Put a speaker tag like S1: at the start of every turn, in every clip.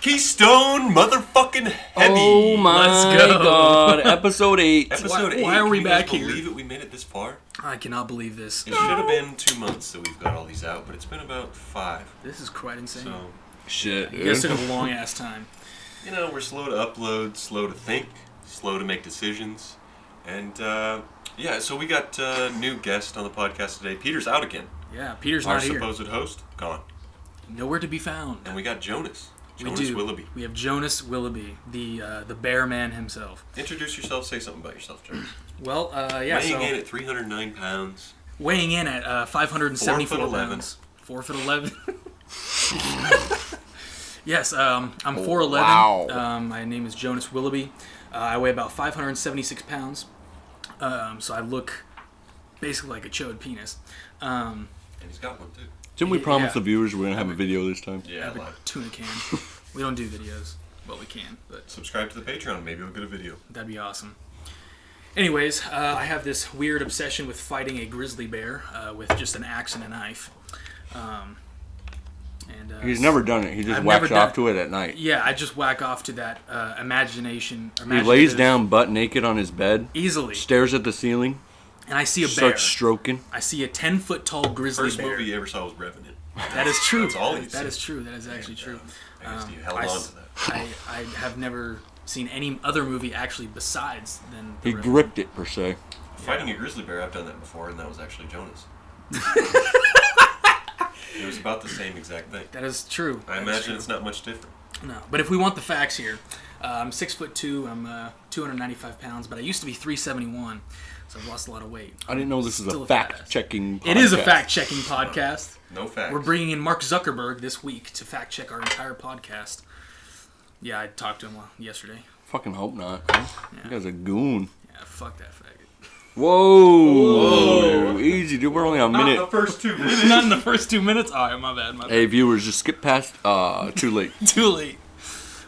S1: Keystone motherfucking heavy.
S2: Oh my
S3: Let's go.
S2: god! Episode eight.
S1: Episode
S3: Why-
S1: eight.
S3: why are we
S1: Can you
S3: back
S1: guys
S3: here?
S1: Believe it. We made it this far.
S3: I cannot believe this.
S1: It should have been two months that we've got all these out, but it's been about five.
S3: This is quite insane.
S1: So
S2: Shit.
S3: you guys
S2: dude.
S3: took a long ass time.
S1: you know we're slow to upload, slow to think, slow to make decisions, and uh, yeah. So we got uh, new guest on the podcast today. Peter's out again.
S3: Yeah, Peter's
S1: Our
S3: not here.
S1: supposed host gone,
S3: Nowhere to be found.
S1: and we got Jonas. Jonas
S3: we do.
S1: Willoughby.
S3: We have Jonas Willoughby, the uh, the bear man himself.
S1: Introduce yourself. Say something about yourself, Jonas.
S3: Well, uh, yeah,
S1: Weighing
S3: so
S1: in at 309 pounds.
S3: weighing in at uh, 574
S1: Four foot eleven.
S3: pounds. Four foot eleven. yes, um, I'm four eleven.
S2: Wow.
S3: Um, my name is Jonas Willoughby. Uh, I weigh about 576 pounds. Um, so I look basically like a chode penis. Um,
S1: And he's got one too.
S2: Didn't we promise the
S3: Yeah.
S2: viewers we're gonna have a video this time?
S1: Yeah,
S3: have a
S1: live.
S3: tuna can. we don't do videos, but we can. But
S1: Subscribe to the Patreon. Maybe we'll get a video.
S3: that'd be awesome. Anyways, uh, I have this weird obsession with fighting a grizzly bear uh, with just an axe and a knife. Um, and uh,
S2: He's never done it. He just
S3: I've never
S2: whacks
S3: done
S2: off
S3: it.
S2: to it at night.
S3: Yeah, I just whack off to that uh, imagination.
S2: He lays
S3: imaginative-
S2: down butt naked on his bed,
S3: easily,
S2: stares at the ceiling,
S3: and I see a bear.
S2: starts stroking.
S3: I see a ten foot tall grizzly
S1: First
S3: bear.
S1: movie you ever saw was Revenant.
S3: That is true.
S1: That's all
S3: That-
S1: you've
S3: that
S1: seen.
S3: is true. That is actually true.
S1: uh, I guess you
S3: Um,
S1: held
S3: I
S1: on
S3: s-
S1: to that.
S3: I, I have never seen any other movie actually besides than the
S2: He
S3: Revenant.
S2: gripped it per se.
S1: Fighting a grizzly bear, I've done that before, and that was actually Jonas. it was about the same exact thing.
S3: That is true.
S1: I
S3: That is
S1: imagine
S3: true.
S1: it's not much different.
S3: No, but if we want the facts here, uh, I'm six foot two. I'm uh, 295 pounds, but I used to be 371, so I've lost a lot of weight.
S2: I didn't know this is
S3: Still
S2: a
S3: a
S2: fact
S3: badass.
S2: checking.
S3: It is a fact-checking podcast.
S1: No facts.
S3: We're bringing in Mark Zuckerberg this week to fact-check our entire podcast. Yeah, I talked to him uh, yesterday.
S2: Fucking hope not. You guys a goon.
S3: Yeah, fuck that faggot.
S2: Whoa. Easy, dude. We're only a
S1: not the
S2: minute.
S1: first two minutes.
S3: Not in the first two minutes. All right, my bad. My bad.
S2: Hey, viewers, just skip past. Uh, too late.
S3: Too late.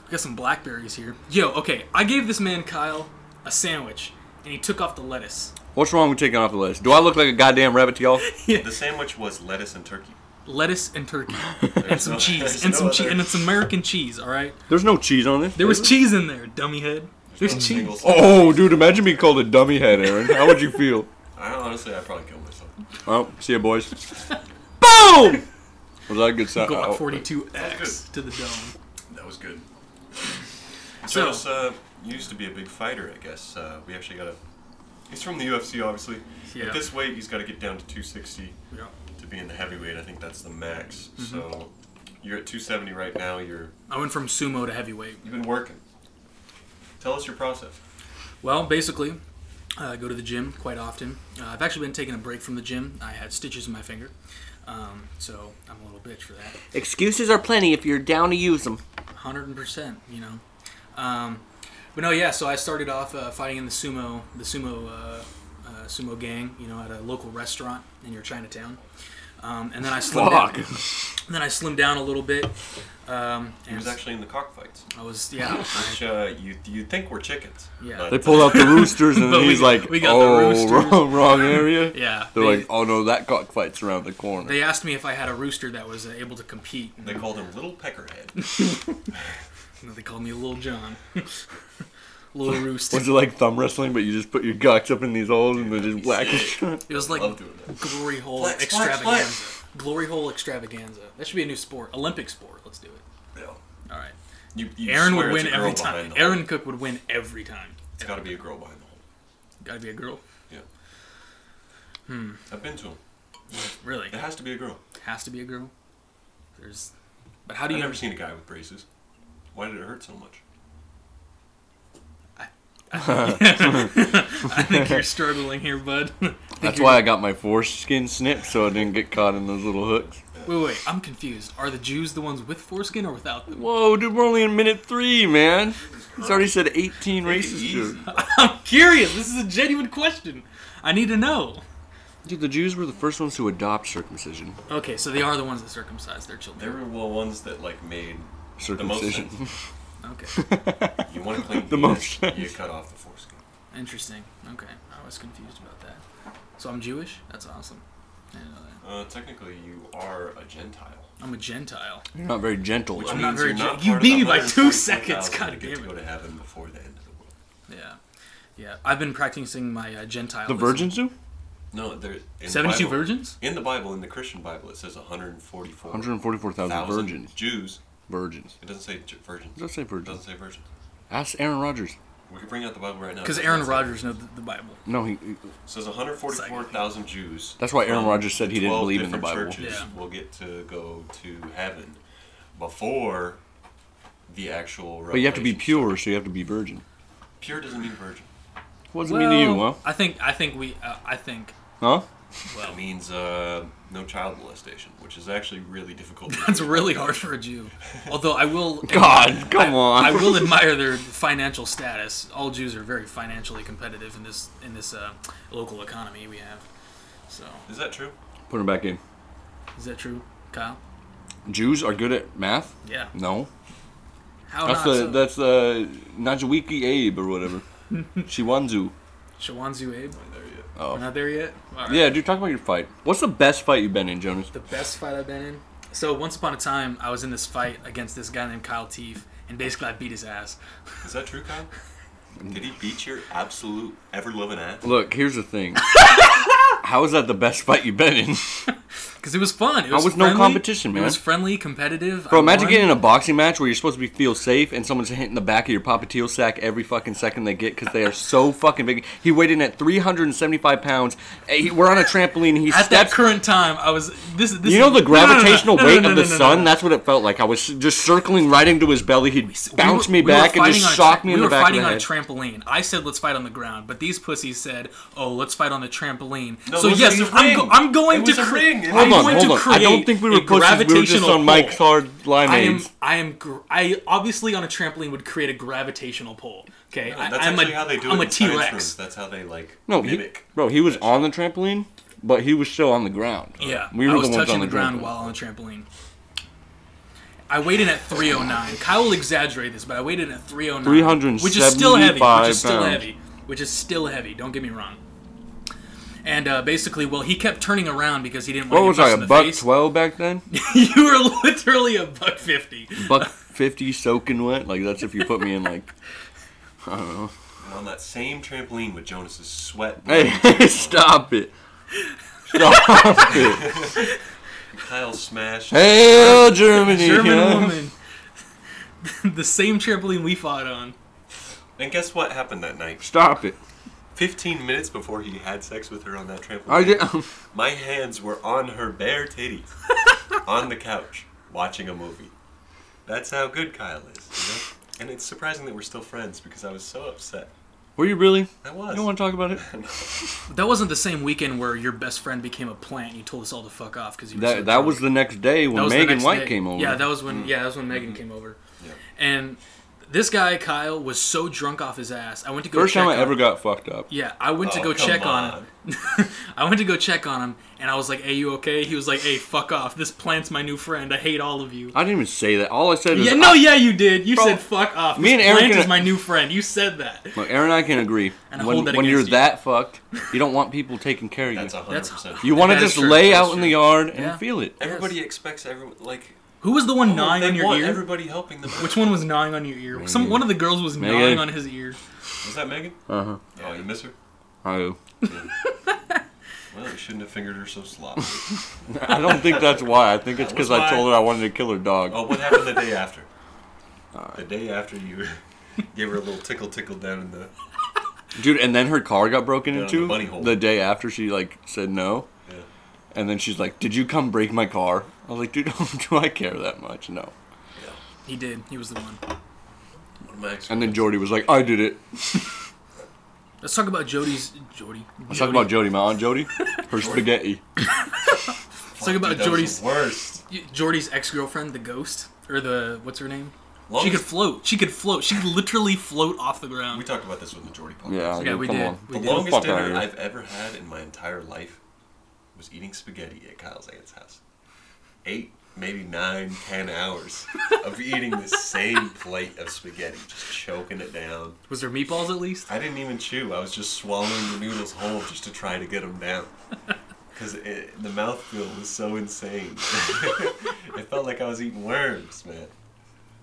S3: We got some blackberries here. Yo, okay. I gave this man Kyle a sandwich, and he took off the lettuce.
S2: What's wrong with taking off the list? Do I look like a goddamn rabbit to y'all?
S1: the sandwich was lettuce and turkey.
S3: Lettuce and turkey. and
S1: There's
S3: some
S1: no-
S3: cheese
S1: there's
S3: and
S1: no
S3: some
S1: other-
S3: cheese and it's American cheese. All right,
S2: There's no cheese on this.
S3: there was cheese in there, dummy head. There's
S1: no
S3: cheese.
S1: single sandwich.
S2: Oh, dude, imagine being called a dummy head, Aaron. How would you feel?
S1: I honestly, I'd probably kill myself.
S2: Oh, see ya, boys. Boom! Was that a good sound?
S3: Glock
S2: Oh,
S3: 42X to the dome.
S1: That was good.
S3: So-
S1: Jonas, uh, you used to be a big fighter, I guess. Uh, we actually got a. He's from the UFC, obviously.
S3: Yeah.
S1: At this weight, he's got to get down to 260.
S3: Yeah.
S1: to be in the heavyweight. I think that's the max.
S3: Mm-hmm.
S1: So you're at 270 right now. You're
S3: I went from sumo to heavyweight.
S1: you've been working. Tell us your process.
S3: Well, basically, uh, I go to the gym quite often. Uh, I've actually been taking a break from the gym. I had stitches in my finger, um, so I'm a little bitch for that.
S2: Excuses are plenty if you're down to use them.
S3: hundred percent. You know, um, but no, yeah. So I started off uh, fighting in the sumo, the sumo, uh, uh, sumo gang. You know, at a local restaurant in your Chinatown, um, and then I slimmed
S2: Fuck.
S3: down. and Then I slimmed down a little bit. Um,
S1: He
S3: and
S1: was actually in the cockfights,
S3: I was yeah.
S1: which uh, you you think were chickens.
S3: Yeah.
S2: They
S1: But,
S2: pulled out the roosters and
S3: But
S2: then
S3: we
S2: he's
S3: got-
S2: like,
S3: we got the
S2: oh,
S3: roosters."
S2: wrong, wrong area.
S3: Yeah,
S2: They're
S3: they-
S2: like, oh no, that cockfight's around the corner.
S3: They asked me if I had a rooster that was uh, able to compete. And
S1: they called him Little Peckerhead.
S3: they called me Little John. Little Rooster.
S2: Was it like thumb wrestling, but you just put your cocks up in these holes and they just whack
S1: sick.
S2: it?
S3: It was like
S1: Love doing that.
S3: glory hole
S1: Flex, flex, flex.
S3: extravaganza. Glory hole extravaganza. That should be a new sport, Olympic sport. Let's do it.
S1: Yeah.
S3: All right.
S1: You, you
S3: Aaron
S1: swear
S3: would
S1: it's
S3: win
S1: a girl
S3: every
S1: behind
S3: time.
S1: the hole.
S3: Aaron Cook would win every time.
S1: It's got to be a girl behind the hole.
S3: Gotta be a girl.
S1: Yeah. Hmm. I've been to him.
S3: Really?
S1: It has to be a girl.
S3: Has to be a girl. There's. But how do
S1: I've
S3: you?
S1: never seen a guy with braces. Why did it hurt so much?
S3: I think you're struggling here, bud. I think
S2: That's
S3: you're-
S2: why I got my foreskin snipped so I didn't get caught in those little hooks.
S3: Wait, wait. I'm confused. Are the Jews the ones with foreskin or without them?
S2: Whoa, dude, we're only in minute three, man. It's already said 18 races,
S1: Easy.
S2: dude.
S3: I'm curious. This is a genuine question. I need to know.
S2: Dude, the Jews were the first ones to adopt circumcision.
S3: Okay, so they are the ones that circumcise their
S1: They
S3: children.
S1: were the ones that like made the most
S2: Circumcision.
S1: sense.
S3: Okay,
S1: You want to clean
S2: The most
S1: penis, You cut off the foreskin.
S3: interesting. Okay, I was confused about that. So I'm Jewish. That's awesome. I didn't know that.
S1: Uh, technically, you are a Gentile.
S3: I'm a Gentile.
S2: You're not very gentle.
S1: Which
S3: I'm
S1: means
S3: not very
S1: you're not
S3: gen- you
S1: part
S3: beat
S1: of
S3: me
S1: the
S3: by two
S1: 144,000
S3: seconds,
S1: that
S3: God
S1: get
S3: damn
S1: to
S3: it.
S1: go to heaven before the end of the world.
S3: Yeah, yeah. I've been practicing my uh, Gentile.
S2: the virgins do?
S1: No, there. in the
S3: Seventy-two
S1: Bible-
S3: virgins.
S1: In the Bible, in the Christian Bible, it says 144.
S2: 144,000
S1: thousand
S2: virgins.
S1: Jews.
S2: Virgins.
S1: It doesn't say ju- virgins.
S2: It does say
S1: It
S2: virgins.
S1: doesn't say virgins.
S2: Ask Aaron Rodgers.
S1: We can bring out the Bible right now.
S3: Because
S1: It
S3: Aaron
S1: doesn't say-
S3: Rodgers knows the, the Bible.
S2: No, he, he-
S1: It says 144,000 Jews.
S2: That's why Aaron
S1: from
S2: Rodgers said he didn't
S1: 12
S2: believe in the
S1: different
S2: Bible.
S1: Churches
S3: Yeah.
S1: will get to go to heaven before the actual.
S2: but you have to be
S1: revelation.
S2: pure, so you have to be virgin.
S1: Pure doesn't mean virgin.
S2: What does it mean to you, huh?
S3: Well, I think I think we uh, I think
S2: Huh?
S1: It means uh, no child molestation, which is actually really difficult. to
S3: that's
S1: do.
S3: really hard for a Jew. Although I will
S2: God, come on.
S3: I will admire their financial status. All Jews are very financially competitive in this in this uh, local economy we have. So
S1: Is that true?
S2: Put him back in.
S3: is that true, Kyle?
S2: Jews are good at math?
S3: Yeah.
S2: No.
S3: How
S2: That's
S3: Oh, not
S2: the
S3: so?
S2: that's the Najawiki Abe or whatever. Shiwanzu.
S3: Shawanzu Abe.
S1: There you go.
S3: We're not there yet. All right.
S2: Oh. Yeah, dude, talk about your fight. What's the best fight you've been in, Jonas?
S3: The best fight I've been in. So once upon a time, I was in this fight against this guy named Kyle Teef, and basically I beat his ass.
S1: Is that true, Kyle? Did he beat your absolute ever loving ass?
S2: Look, here's the thing. How is that the best fight you've been in?
S3: Because it was fun. It
S2: That
S3: was,
S2: was no
S3: friendly.
S2: competition, man.
S3: It was friendly, competitive.
S2: Bro, imagine getting in a boxing match where you're supposed to be feel safe and someone's hitting the back of your Papa Teal sack every fucking second they get because they are so fucking big. He weighed in at 375 pounds. Eh, he- we're on a trampoline. He
S3: At that
S2: steps.
S3: current time, I was this. this
S2: you know the
S3: no, no, no, no,
S2: gravitational
S3: no, no,
S2: weight
S3: no,
S2: of
S3: no,
S2: the
S3: no, no,
S2: sun?
S3: no.
S2: That's what it felt like. I was just circling right into his belly. He'd
S3: We
S2: bounce
S3: were-
S2: me
S3: we were
S2: back and
S3: fighting on
S2: just
S3: a
S2: shock
S3: tra-
S2: me in
S3: we
S2: the
S3: were
S2: back of
S3: fighting
S2: the
S3: on
S2: head.
S3: a trampoline. I said let's fight on the ground, but these pussies said, "Oh, let's fight on the trampoline."
S1: No,
S3: so
S1: it was
S3: yes,
S1: a
S3: I'm,
S1: ring.
S3: go- I'm going
S1: It
S3: to
S1: was a
S3: cre-
S1: ring. It
S3: I'm
S2: hold on,
S3: going
S2: hold on.
S3: to create
S2: I don't think we were
S3: a
S2: pussies. We were just
S3: gravitational
S2: on Mike's
S3: pull.
S2: hard line
S3: I am.
S2: aids.
S3: I am. Gr- I obviously on a trampoline would create a gravitational pull. Okay, I,
S1: That's
S3: I'm
S1: actually
S3: a,
S1: how they do it.
S3: I'm a
S1: in science
S3: T-Rex.
S1: rooms. That's how they like
S2: No, he,
S1: mimic.
S2: bro, he was on the trampoline, but he was still on the ground.
S3: Yeah,
S2: we were
S3: I was
S2: the ones
S3: touching
S2: on
S3: the,
S2: the,
S3: ground
S2: trampoline.
S3: while on the trampoline. I weighed in at 309. Kyle will exaggerate this, but I weighed in at 309, which is still heavy, which
S2: 375
S3: is still
S2: pounds.
S3: heavy, which is still heavy. Don't get me wrong. And uh, basically, well, he kept turning around because he didn't
S2: What was
S3: want to
S2: I,
S3: get
S2: a
S3: punched in the
S2: buck
S3: face.
S2: twelve back then?
S3: you were literally a buck fifty.
S2: buck fifty soaking wet? Like that's if you put me in like I don't know.
S1: And on that same trampoline with Jonas's sweat,
S2: Hey, stop it. Stop it.
S1: Kyle smashed.
S2: Hail Germany.
S3: German
S2: yeah.
S3: woman. the same trampoline we fought on.
S1: And guess what happened that night?
S2: Stop it.
S1: 15 minutes before he had sex with her on that trampoline,
S2: I did um,
S1: my hands were on her bare titty on the couch watching a movie. That's how good Kyle is. You know? And it's surprising that we're still friends because I was so upset.
S2: Were you really?
S1: I was.
S2: You don't want to talk about it?
S3: That wasn't the same weekend where your best friend became a plant and you told us all to fuck off because you were so
S2: That that
S3: drunk.
S2: was the next day
S3: That
S2: when
S3: was the
S2: Megan
S3: next
S2: White
S3: day.
S2: came over.
S3: Yeah, that was when. Yeah, that was when Megan came over.
S1: Mm-hmm. Yeah.
S3: And this guy Kyle was so drunk off his ass. I went to go
S2: First
S3: check
S2: time I
S3: on-
S2: ever got fucked up.
S3: Yeah, I went to
S1: Oh,
S3: go
S1: come
S3: check on him. I went to go check on him, and I was like, "Hey, you okay?" He was like, "Hey, fuck off. This plant's my new friend. I hate all of you."
S2: I didn't even say that. All I said is
S3: yeah, no, yeah, you did. You
S2: Bro,
S3: said fuck off.
S2: me
S3: This
S2: and Aaron
S3: plant
S2: can-
S3: is my new friend. You said that.
S2: Look, Aaron and I can agree.
S3: And I
S2: when
S3: hold that
S2: when
S3: against
S2: you're
S3: you.
S2: that fucked, you don't want people taking care of
S1: That's
S2: you.
S1: 100%.
S3: That's-
S2: You want to
S3: That is
S2: just
S3: true.
S2: lay
S3: That is
S2: out in
S3: true.
S2: the yard and
S3: Yeah.
S2: feel it.
S1: Everybody
S3: Yes.
S1: expects everyone, like,
S3: Who was the
S1: Oh,
S3: one gnawing
S1: they
S3: on your
S1: want
S3: ear?
S1: everybody helping them.
S3: Which one was gnawing on your ear? Some
S2: Megan.
S3: one of the girls was
S2: Megan.
S3: gnawing on his ear.
S1: Was that Megan?
S2: Uh huh.
S1: Oh, you miss her?
S2: I,
S1: Well, you shouldn't have fingered her so sloppily.
S2: I don't think that's why. I think it's
S1: That
S2: because
S1: was
S2: I
S1: why.
S2: told her I wanted to kill her dog.
S1: Oh, what happened the day after? The day after you gave her a little tickle, tickle down in the.
S2: Dude, and then her car got broken
S1: Down
S2: into
S1: the bunny hole.
S2: the day after she like said no.
S1: Yeah.
S2: And then she's like, "Did you come break my car?" I was like, "Dude, do I care that much? No."
S1: yeah.
S3: He did. He was the one.
S1: One of my ex-
S2: And then Jody was like, "I did it."
S3: Let's talk about Jody's Jody.
S2: Let's talk about Jody, my aunt Jody, her spaghetti.
S3: Let's talk about
S1: Dude, that was
S3: Jody's
S1: the worst.
S3: Jordy's ex girlfriend, the ghost, or the what's her name? She
S1: Longest-
S3: could float. She could float. She could literally float off the ground.
S1: we talked about this with the Jordy podcast.
S2: Yeah,
S3: Yeah,
S2: dude,
S3: we
S2: come
S3: did.
S2: on.
S3: We
S1: The
S3: did.
S2: Get
S1: longest
S2: fuck outta
S1: dinner
S2: here.
S1: I've ever had in my entire life was eating spaghetti at Kyle's aunt's house. Eight, maybe nine, ten hours of eating the same plate of spaghetti, just choking it down.
S3: Was there meatballs at least?
S1: I didn't even chew. I was just swallowing the noodles whole just to try to get them down. because the mouth feel was so insane. it felt like I was eating worms, man.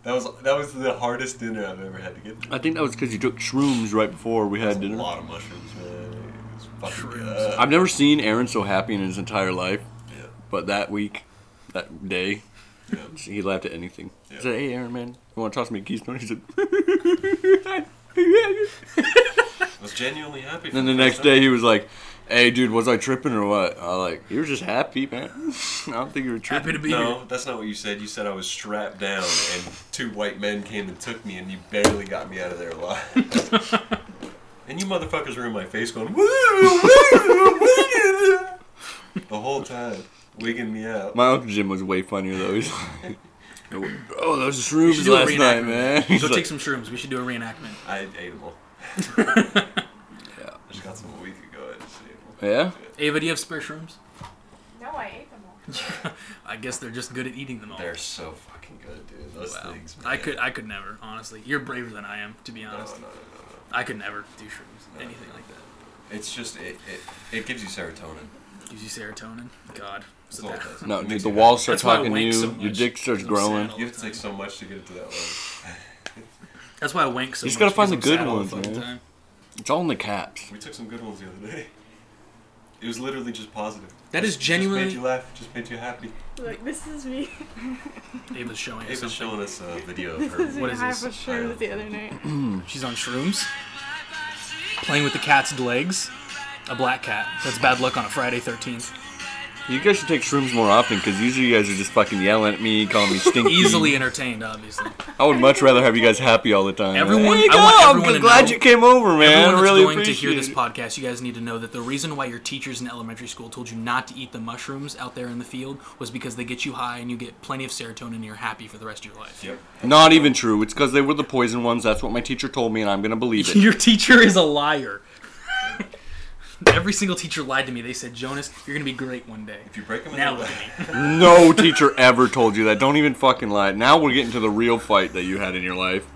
S1: That was that was the hardest dinner I've ever had to get through.
S2: I think that was because you took shrooms right before we had
S1: That's A
S2: dinner.
S1: lot of mushrooms, man. It was fucking
S3: Shrooms.
S1: good.
S2: I've never seen Aaron so happy in his entire life,
S1: Yeah,
S2: but that week, that day,
S1: yeah.
S2: he laughed at anything.
S1: Yeah.
S2: He said, "Hey, Aaron, man, you want to toss me a keystone?" He said.
S1: I was genuinely happy. for
S2: And then the
S1: first
S2: next day he was like, "Hey, dude, was I tripping or what?" I was like, "You were just happy, man. I don't think you were tripping."
S3: Happy to be here.
S1: No, that's not what you said. You said I was strapped down, and two white men came and took me, and you barely got me out of there alive. and you motherfuckers were in my face going, woo, woo, woo, the whole time, wigging me out.
S2: My uncle Jim was way funnier though. He's like, "Oh, those
S3: should
S2: shrooms
S3: do a
S2: last night,
S3: reenactment.
S2: man." He's
S3: Go
S2: like,
S3: take some shrooms. We should do a reenactment.
S1: I ate them all. I just got some a week ago. I just ate them
S2: yeah,
S3: Ava, do you have spare shrooms?
S4: No, I ate them all.
S3: I guess they're just good at eating them all.
S1: all. They're so fucking good, dude. Those
S3: Wow.
S1: things. Man.
S3: I could I could never, honestly. You're braver than I am, to be
S1: No, no, no,
S3: honest.
S1: no, no.
S3: I could never do shrooms, anything like that.
S1: It's just it, it. It gives you serotonin.
S3: Gives you serotonin. God,
S1: That's
S3: so
S1: all it
S3: bad.
S1: does.
S2: no,
S1: It
S2: dude,
S1: makes
S2: the
S1: you
S2: walls
S1: happy.
S2: start
S3: That's why I
S2: talking to
S3: wank
S2: you.
S3: so
S2: your
S3: much.
S2: dick starts
S3: I'm
S2: growing.
S3: sad.
S1: You have to take so much to get it to that level.
S3: That's why I wank so
S2: You just
S3: much,
S2: gotta find
S3: because
S2: the
S3: I'm
S2: good
S3: sad all
S2: ones,
S3: fucking
S2: man.
S3: time.
S2: It's all in the caps.
S1: We took some good ones the other day. It was literally just positive.
S3: That is
S1: Just-
S3: genuinely-
S1: Just made you laugh. Just made you happy.
S4: Look, this is me.
S3: Ava's showing us
S1: Ava's
S3: something.
S1: showing us a video of
S4: This
S1: her.
S4: is
S3: What
S4: me.
S3: is
S4: I
S3: this?
S4: was sure the other night.
S3: She's on shrooms. Playing with the cat's legs. A black cat. That's bad luck on a Friday 13th.
S2: You guys should take shrooms more often because usually you guys are just fucking yelling at me, calling me stinky.
S3: Easily entertained, obviously.
S2: I would much rather have you guys happy all the time.
S3: Everyone-
S2: Hey,
S3: I want
S2: God,
S3: everyone
S2: I'm
S3: to
S2: glad
S3: know-
S2: you came over, man.
S3: Everyone
S2: I
S3: that's
S2: really
S3: going to
S2: appreciate
S3: hear this
S2: it.
S3: podcast, you guys need to know that the reason why your teachers in elementary school told you not to eat the mushrooms out there in the field was because they get you high and you get plenty of serotonin and you're happy for the rest of your life.
S1: Yep.
S2: Not even true. It's because they were the poison ones. That's what my teacher told me, and I'm gonna believe it.
S3: your teacher is a liar. Every single teacher lied to me. They said, Jonas, you're going to be great one day.
S1: If you break them in
S3: Now
S1: the
S3: look at me.
S2: no teacher ever told you that. Don't even fucking lie. Now we're getting to the real fight that you had in your life.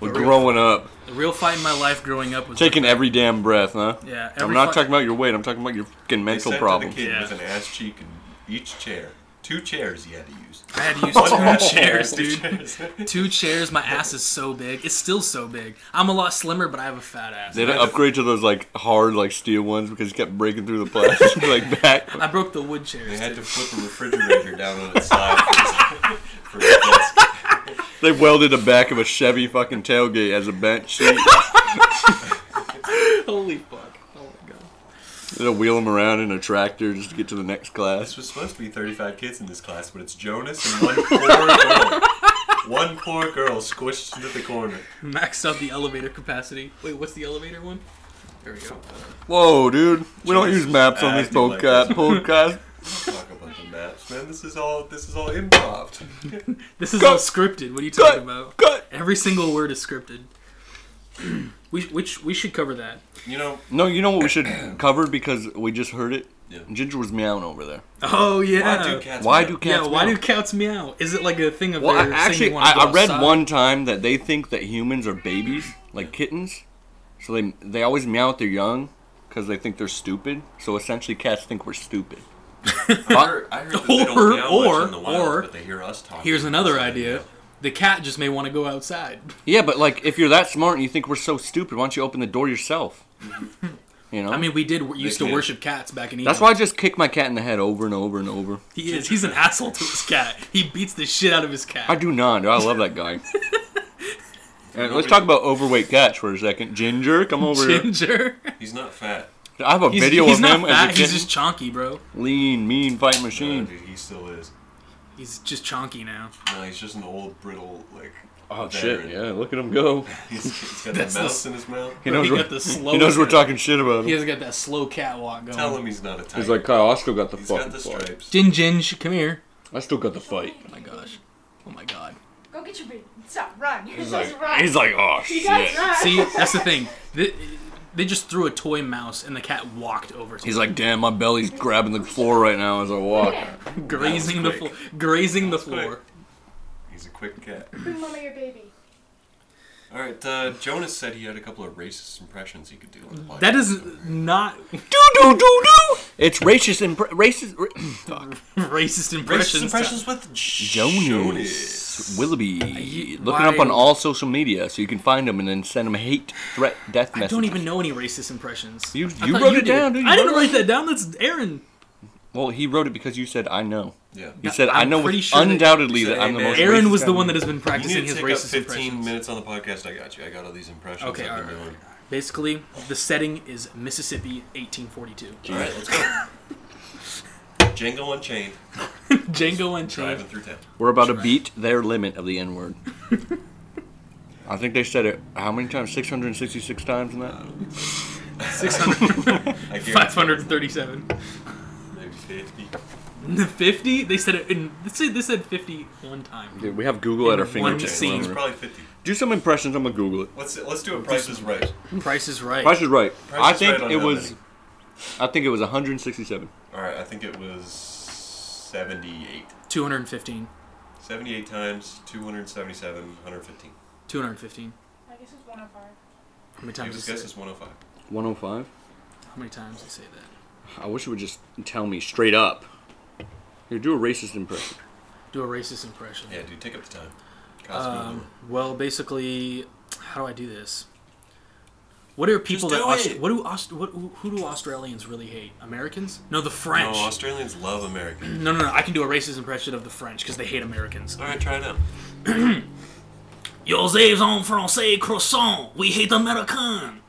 S2: With growing up,
S3: The real fight in my life growing up was
S2: taking every damn breath, huh?
S3: Yeah,
S2: I'm
S3: every
S2: not
S3: fuck-
S2: talking about your weight. I'm talking about your fucking
S1: they
S2: mental
S1: sent
S2: problems.
S1: To the kid
S3: Yeah.
S1: with an ass cheek in each chair. Two chairs he had to use.
S3: I had to use two chairs,
S1: Two
S3: dude.
S1: chairs.
S3: Two chairs. My ass is so big. It's still so big. I'm a lot slimmer, but I have a fat ass.
S2: They had to upgrade to those like hard like steel ones because you kept breaking through the plastic like back.
S3: I broke the wood
S1: they
S3: chairs.
S1: had to flip a refrigerator down on its side for his, for his desk.
S2: They welded the back of a Chevy fucking tailgate as a bench seat.
S3: Holy fuck. Oh my god.
S2: They'll wheel them around in a tractor just to get to the next class.
S1: This was supposed to be 35 kids in this class, but it's Jonas and one poor girl. One poor girl squished into the corner.
S3: Maxed out the elevator capacity. Wait, what's the elevator one? There we go.
S2: Whoa, dude. We don't
S1: Jesus.
S2: use maps on this
S1: Acting like
S2: podcast.
S1: this.
S2: podcast.
S1: Talk about the maps, man. This is all this is all improv.
S3: This is
S2: Cut.
S3: all scripted. What are you
S2: Cut.
S3: talking about?
S2: Cut.
S3: Every single word is scripted. we which we should cover that.
S1: You know,
S2: No, you know what we should cover because we just heard it?
S1: Yeah.
S2: Ginger was meowing over there.
S3: Oh yeah.
S1: why do cats?
S2: Why
S1: meow?
S2: do cats
S3: yeah, why
S2: meow?
S3: do cats meow? Is it like a thing of
S2: well, I,
S3: theirs saying
S2: actually,
S3: you
S2: I,
S3: wanna go
S2: I read
S3: outside?
S2: one time that they think that humans are babies, like kittens. So they they always meow at their young because they think they're stupid. So essentially, cats think we're stupid.
S1: I heard, I heard that they don't
S3: Or-
S1: meow much
S3: or-
S1: in the wild,
S3: or-
S1: but they hear us talking.
S3: Here's another
S1: So they
S3: idea.
S1: meow.
S3: The cat just may want to go outside.
S2: Yeah, but like if you're that smart and you think we're so stupid, why don't you open the door yourself? You know,
S3: I mean, we did we used to
S1: can.
S3: worship cats back in Egypt.
S2: that's why I just kick my cat in the head over and over and over.
S3: he is. He's an asshole to his cat. He beats the shit out of his cat.
S2: I do not. dude. I love that guy. All right, let's talk about overweight cats for a second. Ginger, come over here.
S3: Ginger.
S1: He's not fat.
S2: I have a
S3: He's,
S2: video
S3: he's
S2: of
S3: not
S2: him
S3: fat.
S2: as a
S3: he's
S2: kitten.
S3: just chonky, bro.
S2: lean, mean fight
S3: Hmm.
S1: No,
S2: machine.
S1: dude, he still is.
S3: He's just chonky now.
S1: No, he's just an old brittle like.
S2: Oh
S1: veteran.
S2: shit! Yeah, look at him go.
S1: He's, he's got
S3: That's
S1: the
S3: the
S1: mouse
S3: s-
S1: in his mouth.
S2: He
S3: Bro,
S2: knows
S3: he
S2: we're
S3: got the slow
S2: he knows we're
S3: cat.
S2: talking shit about
S3: He
S2: him.
S3: has got that slow cat walk going.
S1: Tell him he's not a tiger.
S2: He's like, Kyle, I still got the
S1: he's
S2: fucking
S1: got the
S2: fight.
S1: stripes.
S3: Jin Jin, sh- come here.
S2: I still got the fight.
S3: Oh my gosh. Oh my god.
S4: Go get your baby. Stop. Run. You're
S2: He's
S4: just
S2: like,
S4: run.
S2: he's like, oh
S4: you guys
S2: shit.
S4: run.
S3: See, that's the thing. They, they just threw a toy mouse and the cat walked over to
S2: He's
S3: it.
S2: like, damn, my belly's grabbing the floor right now as I walk.
S3: grazing the
S1: That was
S3: floor.
S1: quick.
S3: Grazing the
S1: quick.
S3: floor.
S1: He's a quick cat.
S4: Bring mama your baby.
S1: All right, uh, Jonas said he had a couple of racist impressions he could do on the podcast.
S3: That is not
S2: Do do do do. It's racist and racist. Fuck.
S3: racist
S1: racist
S3: impressions.
S1: impressions with
S2: Jonas Willoughby.
S3: you-
S2: Look him up
S3: why-
S2: on all social media so you can find him and then send him hate threat death
S3: I
S2: messages.
S3: don't even know any racist impressions.
S2: You-
S3: I
S2: you
S3: thought
S2: wrote it down,
S3: did.
S2: dude. You
S3: I didn't
S2: wrote it
S3: write that down. That's Aaron.
S2: Well, he wrote it because you said I know.
S1: Yeah.
S2: You said i
S3: I'm
S2: know
S3: pretty
S2: with
S3: sure that-
S2: undoubtedly
S1: You
S2: that,
S1: said,
S2: I'm the
S1: "Hey, man."
S2: most.
S3: Aaron
S2: racist
S3: was the
S2: guy.
S3: one that has been
S1: You need
S3: practicing
S1: to
S3: his
S1: take up
S3: racist
S1: 15
S3: impressions.
S1: minutes on the podcast. I got you. I got all these impressions.
S3: Okay,
S1: I've
S3: all
S1: been
S3: right.
S1: doing.
S3: Basically, the setting is Mississippi, 1842.
S1: All right, let's go. Django Unchained,
S3: Django Unchained.
S1: driving through town.
S2: We're about to beat their limit of the N word. I think they said it how many times? 666 times in that?
S3: Uh, 600,
S1: I guarantee
S3: 537.
S1: Maybe 50.
S3: The 50? They said it in. They said, they said 50 one time.
S2: Dude, we have Google at our
S3: One
S2: fingertips.
S3: scene.
S1: It's probably 50.
S2: Do some impressions. I'm going to Google it.
S1: Let's let's do a Price is Right.
S3: Price is right.
S2: Price is right.
S1: Price
S2: I
S1: is
S2: think
S1: Right on
S2: it
S1: how
S2: was.
S1: many?
S2: I think it was 167.
S1: All right, I think it was 78.
S3: 215.
S1: 78 times 277, 115.
S3: 215.
S4: I guess it's 105.
S3: How many
S1: David's
S3: times? Did
S1: guess
S3: it say,
S1: is 105.
S2: 105.
S3: how many times did it say that?
S2: I wish it would just tell me straight up. Here, do a racist impression.
S3: Do a racist impression.
S1: Yeah, dude, take up the time. Cosby.
S3: Um, well, basically, how do I do this? What are people
S1: Just
S3: that
S1: do
S3: Aust-
S1: it.
S3: what do Aust- what who who do Australians really hate? Americans? No, the
S1: no,
S3: French. Mm-hmm.
S1: Australians love Americans.
S3: no, no, no. I can do a racist impression of the French because they hate Americans.
S1: All right, try it out.
S3: Yo, Yosef's en français croissant. We hate American.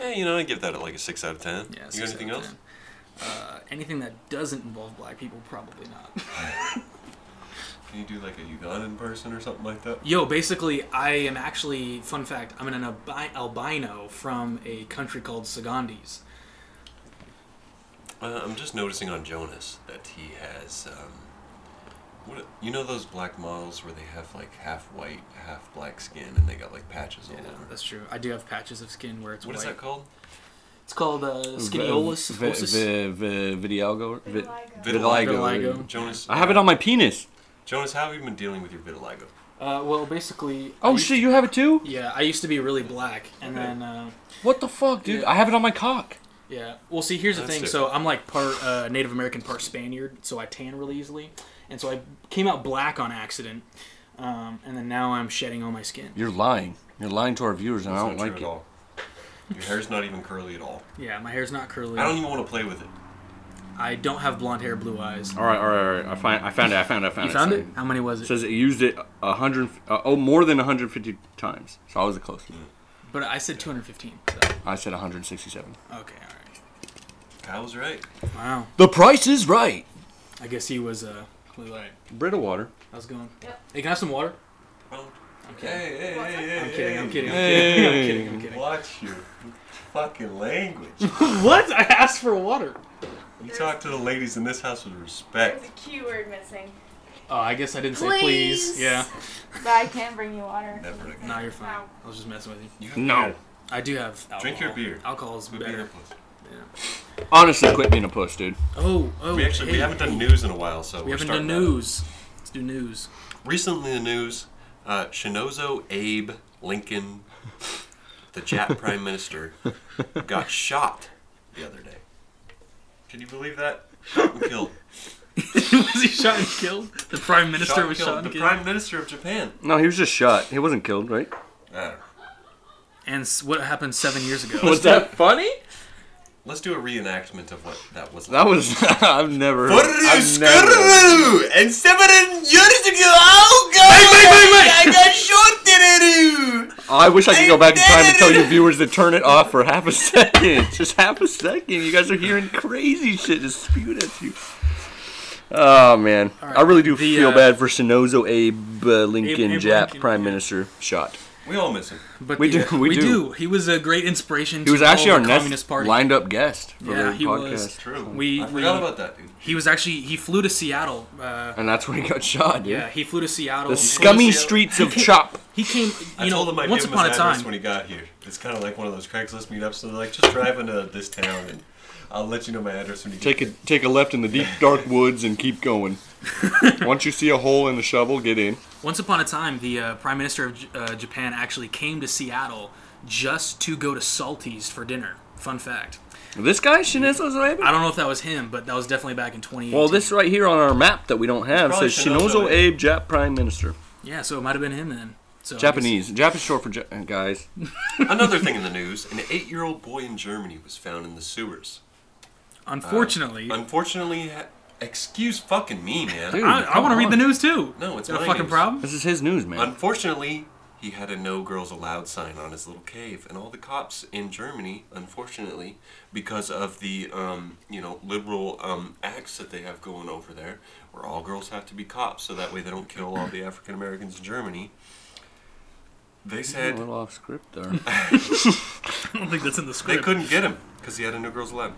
S1: Yeah, you know, I give that like a 6 out of 10.
S3: Yeah,
S1: you got anything else?
S3: Uh, anything that doesn't involve black people, probably not.
S1: Can you do like a Ugandan person or something like that?
S3: Yo, basically, I am actually, fun fact, I'm an albi- albino from a country called Sagandis.
S1: Uh, I'm just noticing on Jonas that he has, um, what you know those black models where they have like half white, half black skin, and they got like patches all over.
S3: that's true. I do have patches of skin where it's
S1: What
S3: white.
S1: is that called?
S3: It's called uh,
S2: Vidalgo.
S3: skiniolis.
S2: Vitiligo.
S4: Vitiligo.
S2: Vitiligo.
S3: Vitiligo.
S1: Jonas,
S2: I have it on my penis.
S1: Jonas, how have you been dealing with your vitiligo?
S3: Uh, well, basically. I
S2: Oh
S3: used-
S2: shit, you have it too?
S3: Yeah, I used to be really black, and
S1: Okay.
S3: then uh,
S2: What the fuck, dude? I have it on my cock.
S3: yeah. Well, see, here's the
S1: That's
S3: thing. So I'm like part uh, Native American, part Spaniard, so I tan really easily, and so I came out black on accident, um, and then now I'm shedding all my skin.
S2: You're lying. You're lying to our viewers, and
S1: That's
S2: I don't
S1: not true at
S2: like it.
S1: all. Your hair's not even curly at all.
S3: Yeah, my hair's not curly.
S1: I don't e- even want to play with it.
S3: I don't have blonde hair, blue eyes.
S2: All right, all right, all right. I find, I found it. I found it. I found
S3: You
S2: it.
S3: found
S2: Sorry.
S3: it? How many was
S2: It
S3: it?
S2: says it used it a hundred, uh, oh, more than 150 times. So I was the closest.
S3: But I said 215. So.
S2: I said 167.
S3: Okay, all
S1: Kyle was right.
S3: right. Wow.
S2: The price is right.
S3: I guess he was uh, really right.
S2: Brita water.
S3: How's it going?
S4: Yep.
S3: Hey, can I have some water?
S1: Oh,
S3: Okay.
S1: Hey, hey,
S4: What's
S1: hey, hey,
S3: I'm kidding, I'm
S1: hey.
S3: kidding, I'm
S2: Hey.
S3: kidding, I'm kidding, I'm kidding.
S1: Watch your fucking language.
S3: What? I asked for water.
S1: You talk to the ladies in this house with
S4: There's
S1: respect.
S4: a key word missing.
S3: Oh, I guess I didn't say
S4: Please.
S3: please. Yeah.
S4: But I can bring you water.
S1: Never again.
S3: No, you're fine.
S4: Wow.
S3: I was just messing with you.
S1: You have
S2: No.
S1: beer.
S3: I do have alcohol.
S1: Drink your beer.
S3: Alcohol is
S1: Quit being a
S3: better.
S1: puss.
S2: Honestly, quit being a puss, dude.
S3: Oh, oh.
S1: We actually we
S3: hey,
S1: haven't done
S3: hey.
S1: news in a while, so
S3: We
S1: are
S3: haven't done news. Let's do news.
S1: Recently, in the news: uh, Shinozo Abe Lincoln, the Jap Prime Minister, got shot the other day. Can you believe that? Shot and killed.
S3: was he shot and killed? The prime minister
S1: Shot and
S3: was
S1: killed.
S3: shot and
S1: the
S3: killed.
S1: Prime Minister of Japan. Uh,
S2: No, he was just shot. He wasn't killed, right?
S1: I don't know.
S3: and s- what happened seven years ago?
S2: Was that funny?
S1: Let's do a reenactment of what that was.
S2: That was. I've never.
S1: What
S2: I've never
S1: And seven years ago, oh god, I got shot.
S2: I wish I could go
S1: I
S2: back in time and
S1: did
S2: tell you
S1: it!
S2: viewers to turn it off for half a second. Just half a second. You guys are hearing crazy shit just spewed at you. Oh man,
S3: right.
S2: I really do
S3: The,
S2: feel
S3: uh,
S2: bad for Shinozo Abe uh, Lincoln,
S3: Abe
S2: Jap
S3: Lincoln,
S2: Prime
S3: yeah.
S2: Minister, shot.
S1: We all miss him.
S3: But
S2: We
S3: the-
S2: do- we do.
S3: He was a great inspiration.
S2: He was
S3: to
S2: actually
S3: all
S2: our
S3: the
S2: next
S3: Communist Party.
S2: lined-up guest for
S3: Yeah,
S2: the
S3: he
S2: podcast,
S3: was.
S1: True.
S3: We-
S1: I
S3: we-
S1: forgot about that, dude.
S3: He was actually he flew to Seattle. Uh,
S2: and that's where he got shot, dude.
S3: yeah, he flew to Seattle.
S2: The
S3: He flew to
S2: scummy
S1: Seattle.
S2: streets of Chop.
S3: He came,
S1: I
S3: you know,
S1: told him I'd
S3: once
S1: give
S3: upon
S1: him
S3: a
S1: his
S3: time.
S1: address when he got here. It's kind of like one of those Craigslist meetups. So they're like, just drive into this town and I'll let you know my address when you
S2: Take a
S1: get
S2: take a left in the deep dark woods and keep going. Once you see a hole in the shovel, get in.
S3: Once upon a time, the uh, Prime Minister of J- uh, Japan actually came to Seattle just to go to Salty's for dinner. Fun fact.
S2: This guy Shinezo Abe.
S3: I don't know if that was him, but that was definitely back in 2018.
S2: Well, this right here on our map that we don't have
S1: probably
S2: says Shinozo
S1: Shinozo
S2: Abe, Jap Prime Minister.
S3: yeah, so it might have been him then. So I
S2: Japanese. Jap is short for ja- uh, guys.
S1: it. Another thing in the news: an eight-year-old boy in Germany was found in the sewers.
S3: guess- unfortunately,
S1: Uh, Unfortunately, ha- excuse fucking me, man.
S2: Dude.
S3: I, I
S2: come
S3: want to read
S2: on.
S3: the news too.
S1: No, it's
S3: Got a
S1: my
S3: fucking
S1: news.
S3: problem.
S2: This is his news, man.
S1: Unfortunately, he had a no girls allowed sign on his little cave, and all the cops in Germany, unfortunately, because of the um, you know liberal um, acts that they have going over there, where all girls have to be cops, so that way they don't kill all the African Americans in Germany. They
S2: a
S1: said
S2: little off script there.
S3: I don't think that's in the
S1: they
S3: script.
S1: couldn't get him because he had a no girls allowed,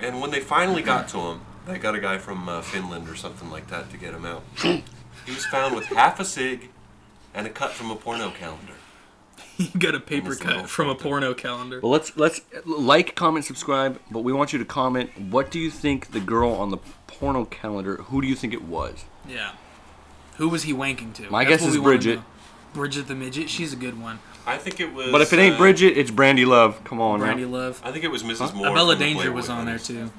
S1: and when they finally got to him, they got a guy from uh, Finland or something like that to get him out. he was found with half a cig and a cut from a porno calendar.
S3: you got a paper
S1: Almost
S3: cut
S1: little
S3: from a
S1: fucked up.
S3: porno calendar.
S2: Well, let's let's like, comment, subscribe, but we want you to comment. What do you think the girl on the porno calendar? Who do you think it was?
S3: Yeah. Who was he wanking to?
S2: My guess
S3: what
S2: is
S3: we wanna
S2: Bridget.
S3: know. Bridget the midget. She's a good one.
S1: I think it was.
S2: But if it ain't
S1: uh,
S2: Bridget, it's Brandy Love. Come on,
S3: Brandy
S2: now.
S3: Love.
S1: I think it was Mrs. Moore.
S3: Abella
S1: from the
S3: Danger
S1: Playboy
S3: was on there
S1: Bunnies.
S3: too.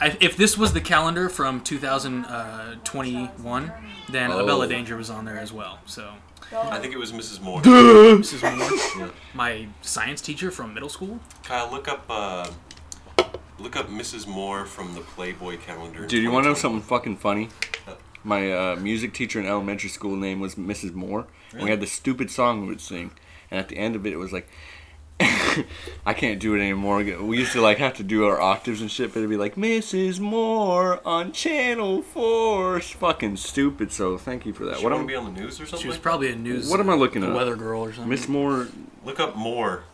S3: I, if this was the calendar from 2021, then
S2: Oh.
S3: Abella Danger was on there as well. So
S1: I think it was Mrs. Moore.
S3: this is
S1: Yeah.
S3: my science teacher from middle school.
S1: Kyle, look up. Uh, look up Mrs. Moore from the Playboy calendar. in
S2: Dude, you want to know
S1: 2020.
S2: something fucking funny? My uh, music teacher in elementary school name was Mrs. Moore. And we had this stupid song we would sing, and at the end of it, it was like, I can't do it anymore. We used to like have to do our octaves and shit, but it'd be like Mrs. Moore on Channel Four. It's fucking stupid. So thank you for that.
S1: She
S2: What
S1: want
S2: am,
S1: to be on the news or something?
S3: She was
S1: like
S3: probably a news.
S2: What am I looking
S3: the
S2: at?
S3: Weather girl or something.
S2: Miss Moore?
S1: that? Look up Moore.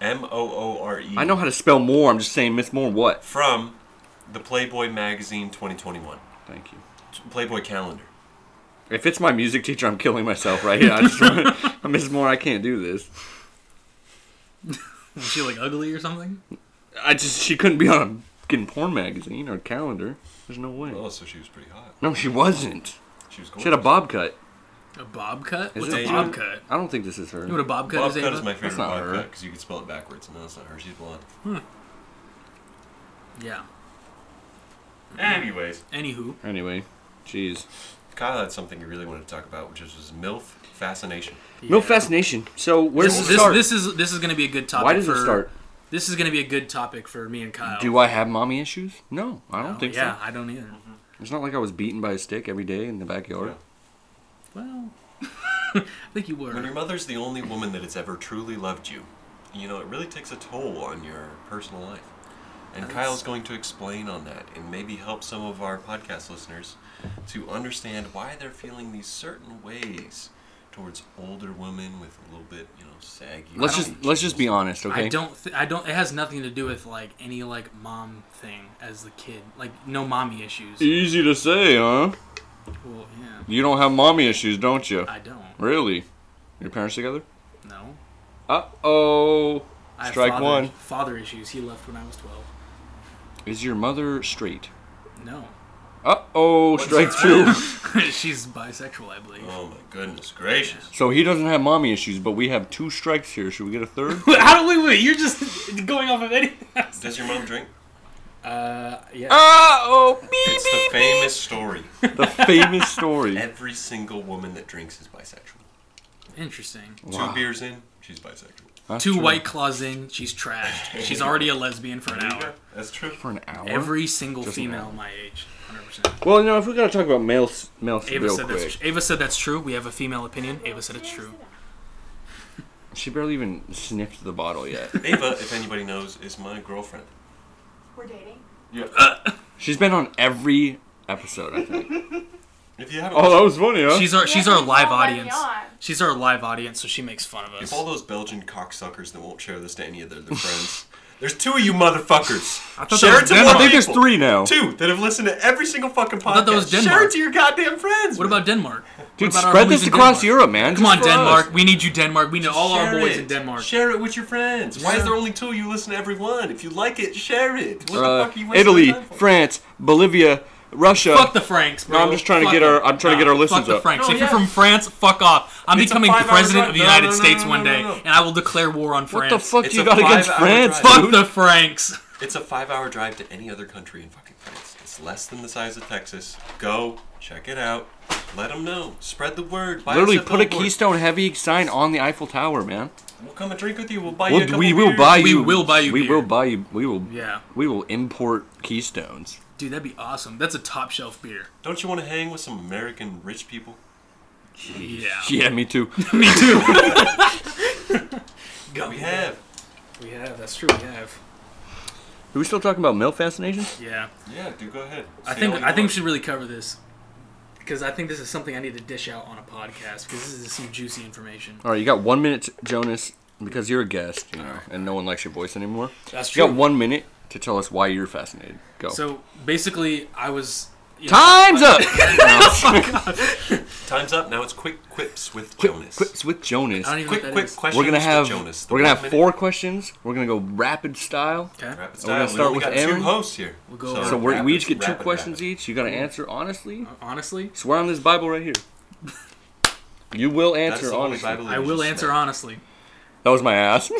S1: M O O R E.
S2: I know how to spell Moore. I'm just saying Miss Moore. What?
S1: From the Playboy magazine 2021.
S2: Thank you.
S1: Playboy calendar.
S2: If it's my music teacher, I'm killing myself right here. I just want to, Miss Moore, I can't do this.
S3: Was she like ugly or something?
S2: I just she couldn't be on a fucking porn magazine or calendar. There's no way.
S1: Oh, so she was pretty hot.
S2: No, she wasn't.
S1: She was
S2: She
S1: gorgeous.
S2: had a bob cut.
S3: A bob cut?
S2: Is
S3: What's
S2: it
S3: a
S1: a
S3: bob
S1: bob?
S3: cut?
S2: I don't think this is
S3: You know what
S2: her.
S3: a bob cut
S1: Bob
S3: is?
S1: cut
S3: Ava?
S1: is my favorite
S2: not
S1: bob
S2: her.
S1: cut because you can spell it backwards. No, it's not her. She's blonde.
S3: Yeah.
S1: Anyways,
S3: Anywho,
S2: Anyway, jeez.
S1: Kyle had something you really wanted to talk about, which is his MILF fascination.
S2: No
S3: Yeah.
S2: fascination. So where
S3: This,
S2: does it
S3: this,
S2: start?
S3: this is this is going to be a good topic.
S2: Why does
S3: for,
S2: it start?
S3: This is going to be a good topic for me and Kyle.
S2: Do I have mommy issues? No, I don't
S3: Oh,
S2: think
S3: yeah,
S2: so.
S3: I don't either.
S2: It's not like I was beaten by a stick every day in the backyard.
S3: Well, I think you were.
S1: When your mother's the only woman that has ever truly loved you, you know, it really takes a toll on your personal life. And
S3: That's-
S1: Kyle's going to explain on that and maybe help some of our podcast listeners to understand why they're feeling these certain ways towards older women with a little bit, you know, saggy.
S2: Let's just let's just be honest, okay?
S3: I don't. Th- I don't. It has nothing to do with like any like mom thing as the kid. Like no mommy issues.
S2: Easy to say, huh?
S3: Well, yeah.
S2: You don't have mommy issues, don't you?
S3: I don't.
S2: Really? Your parents together?
S3: No.
S2: Uh oh.
S3: I have
S2: Strike
S3: father,
S2: one.
S3: Father issues. He left when I was twelve.
S2: Is your mother straight?
S3: No.
S2: Uh oh. Strike
S1: that?
S2: two.
S3: She's bisexual, I believe.
S1: Oh my goodness gracious.
S2: So he doesn't have mommy issues, but we have two strikes here. Should we get a third?
S3: How do we wait? You're just going off of anything. else.
S1: Does your mom drink?
S3: Uh, yeah.
S2: ah, oh,
S1: It's the famous story.
S2: the famous story.
S1: Every single woman that drinks is bisexual.
S3: Interesting.
S2: Wow.
S1: Two beers in, she's bisexual.
S2: That's
S3: Two
S2: true.
S3: white claws in. She's trashed. She's already a lesbian for an hour.
S1: That's true.
S2: for an hour.
S3: Every single
S2: Just an
S3: female
S2: hour.
S3: my age, 100%.
S2: well, you know, if we gotta talk about male s- male s-
S3: Ava
S2: real
S3: said,
S2: quick,
S3: that's, Ava said that's true. We have a female opinion. Ava said it's true.
S2: she barely even sniffed the bottle yet.
S1: Ava, if anybody knows, is my girlfriend.
S4: We're dating.
S1: Yeah.
S2: She's been on every episode, I think.
S1: If you haven't
S2: oh, that was funny, huh?
S3: She's our she's
S4: Yeah,
S3: our live
S4: already
S3: audience.
S4: on.
S3: She's our live audience, so she makes fun of
S1: If
S3: us.
S1: all those Belgian cocksuckers that won't share this to any of their, their friends, There's two of you motherfuckers.
S3: I thought
S1: Share
S3: that
S1: it
S3: was
S1: to more
S3: Denmark.
S2: I think there's
S1: people.
S2: three now.
S1: Two that have listened to every single fucking podcast.
S3: I thought that was
S1: Share it
S3: Denmark.
S1: to your goddamn friends.
S3: What
S1: man.
S3: about Denmark?
S2: Dude,
S3: what about our
S2: spread
S3: homies
S2: this
S3: in
S2: across
S3: Denmark?
S2: Europe, man.
S3: Come on,
S1: for us.
S3: Denmark. We need you, Denmark. We need all our
S1: Share
S3: boys
S1: it.
S3: in Denmark.
S1: Share it with your friends. Why is
S3: Yeah.
S1: there only two of you listen to every one? If you like it, share it. What the
S2: Uh,
S1: fuck are you wasting
S2: Italy,
S1: your time for?
S2: France, Bolivia, Russia.
S3: Fuck the Franks, bro.
S2: No, I'm just trying to
S3: Fuck
S2: get
S3: them.
S2: our- I'm trying to
S3: Nah,
S2: get our listens
S3: Fuck the
S2: up.
S3: Franks.
S1: No,
S3: if
S1: yeah.
S3: you're from France, fuck off. I'm
S1: It's a
S3: becoming
S1: five-hour
S3: president
S1: drive.
S3: of the
S1: No,
S3: United
S1: no, no,
S3: States
S1: no,
S3: one
S1: no,
S3: day,
S1: no.
S3: and I will declare war on
S2: what
S3: France.
S2: the fuck
S1: It's
S2: you
S1: a
S2: got against
S1: five-hour
S2: France?
S1: drive.
S2: dude?
S3: Fuck the Franks.
S1: It's a five-hour drive to any other country in fucking France. It's less than the size of Texas. Go check it out. Let them know. Spread the word. Buy us
S2: Literally
S1: at
S2: put a
S1: billboard.
S2: Keystone Heavy sign on the Eiffel Tower, man.
S1: We'll come and drink with you. We'll buy you. A
S2: We'll,
S1: couple
S2: we will
S1: beers.
S2: buy
S3: We
S2: you.
S3: will buy you
S2: We
S3: beer.
S2: will buy you. We will.
S3: Yeah.
S2: We will import Keystones.
S3: Dude, that'd be awesome. That's a top shelf beer.
S1: Don't you want to hang with some American rich people?
S3: Yeah.
S2: Yeah, me too.
S3: Me too.
S1: we have.
S3: We have. That's true. We have.
S2: Are we still talking about male fascinations?
S3: Yeah.
S1: Yeah, dude, go ahead.
S3: I
S1: Say
S3: think
S1: all you
S3: I think
S1: want.
S3: we should really cover this because I think this is something I need to dish out on a podcast because this is some juicy information.
S2: All right, you got one minute, Jonas, because you're a guest, you know, and no one likes your voice anymore.
S3: That's
S2: You
S3: true.
S2: got one minute to tell us why you're fascinated. Go.
S3: So basically, I was. You know, Oh
S2: Time's up.
S1: Time's up. Now it's quick quips with Jonas.
S2: Quips with Jonas.
S3: I don't even
S1: quick,
S3: know what that
S1: quick
S3: is.
S1: questions
S2: We're gonna
S1: with
S2: have
S1: Jonas. The
S2: we're gonna
S1: one
S2: have
S1: minute
S2: four questions. We're gonna go rapid style.
S3: Okay.
S1: Rapid
S2: We're gonna
S1: style. We
S2: start
S1: only
S2: with
S1: got
S2: Aaron.
S1: two hosts here.
S3: We'll go-
S2: So we're, we each get two
S1: rapid,
S2: questions
S1: rapid.
S2: each. You gotta answer honestly.
S3: Honestly,
S2: Swear on this Bible right here. You will
S1: That's
S2: answer
S1: the only
S2: honestly.
S1: Bible
S3: I will answer
S1: on.
S3: honestly.
S2: That was my ass.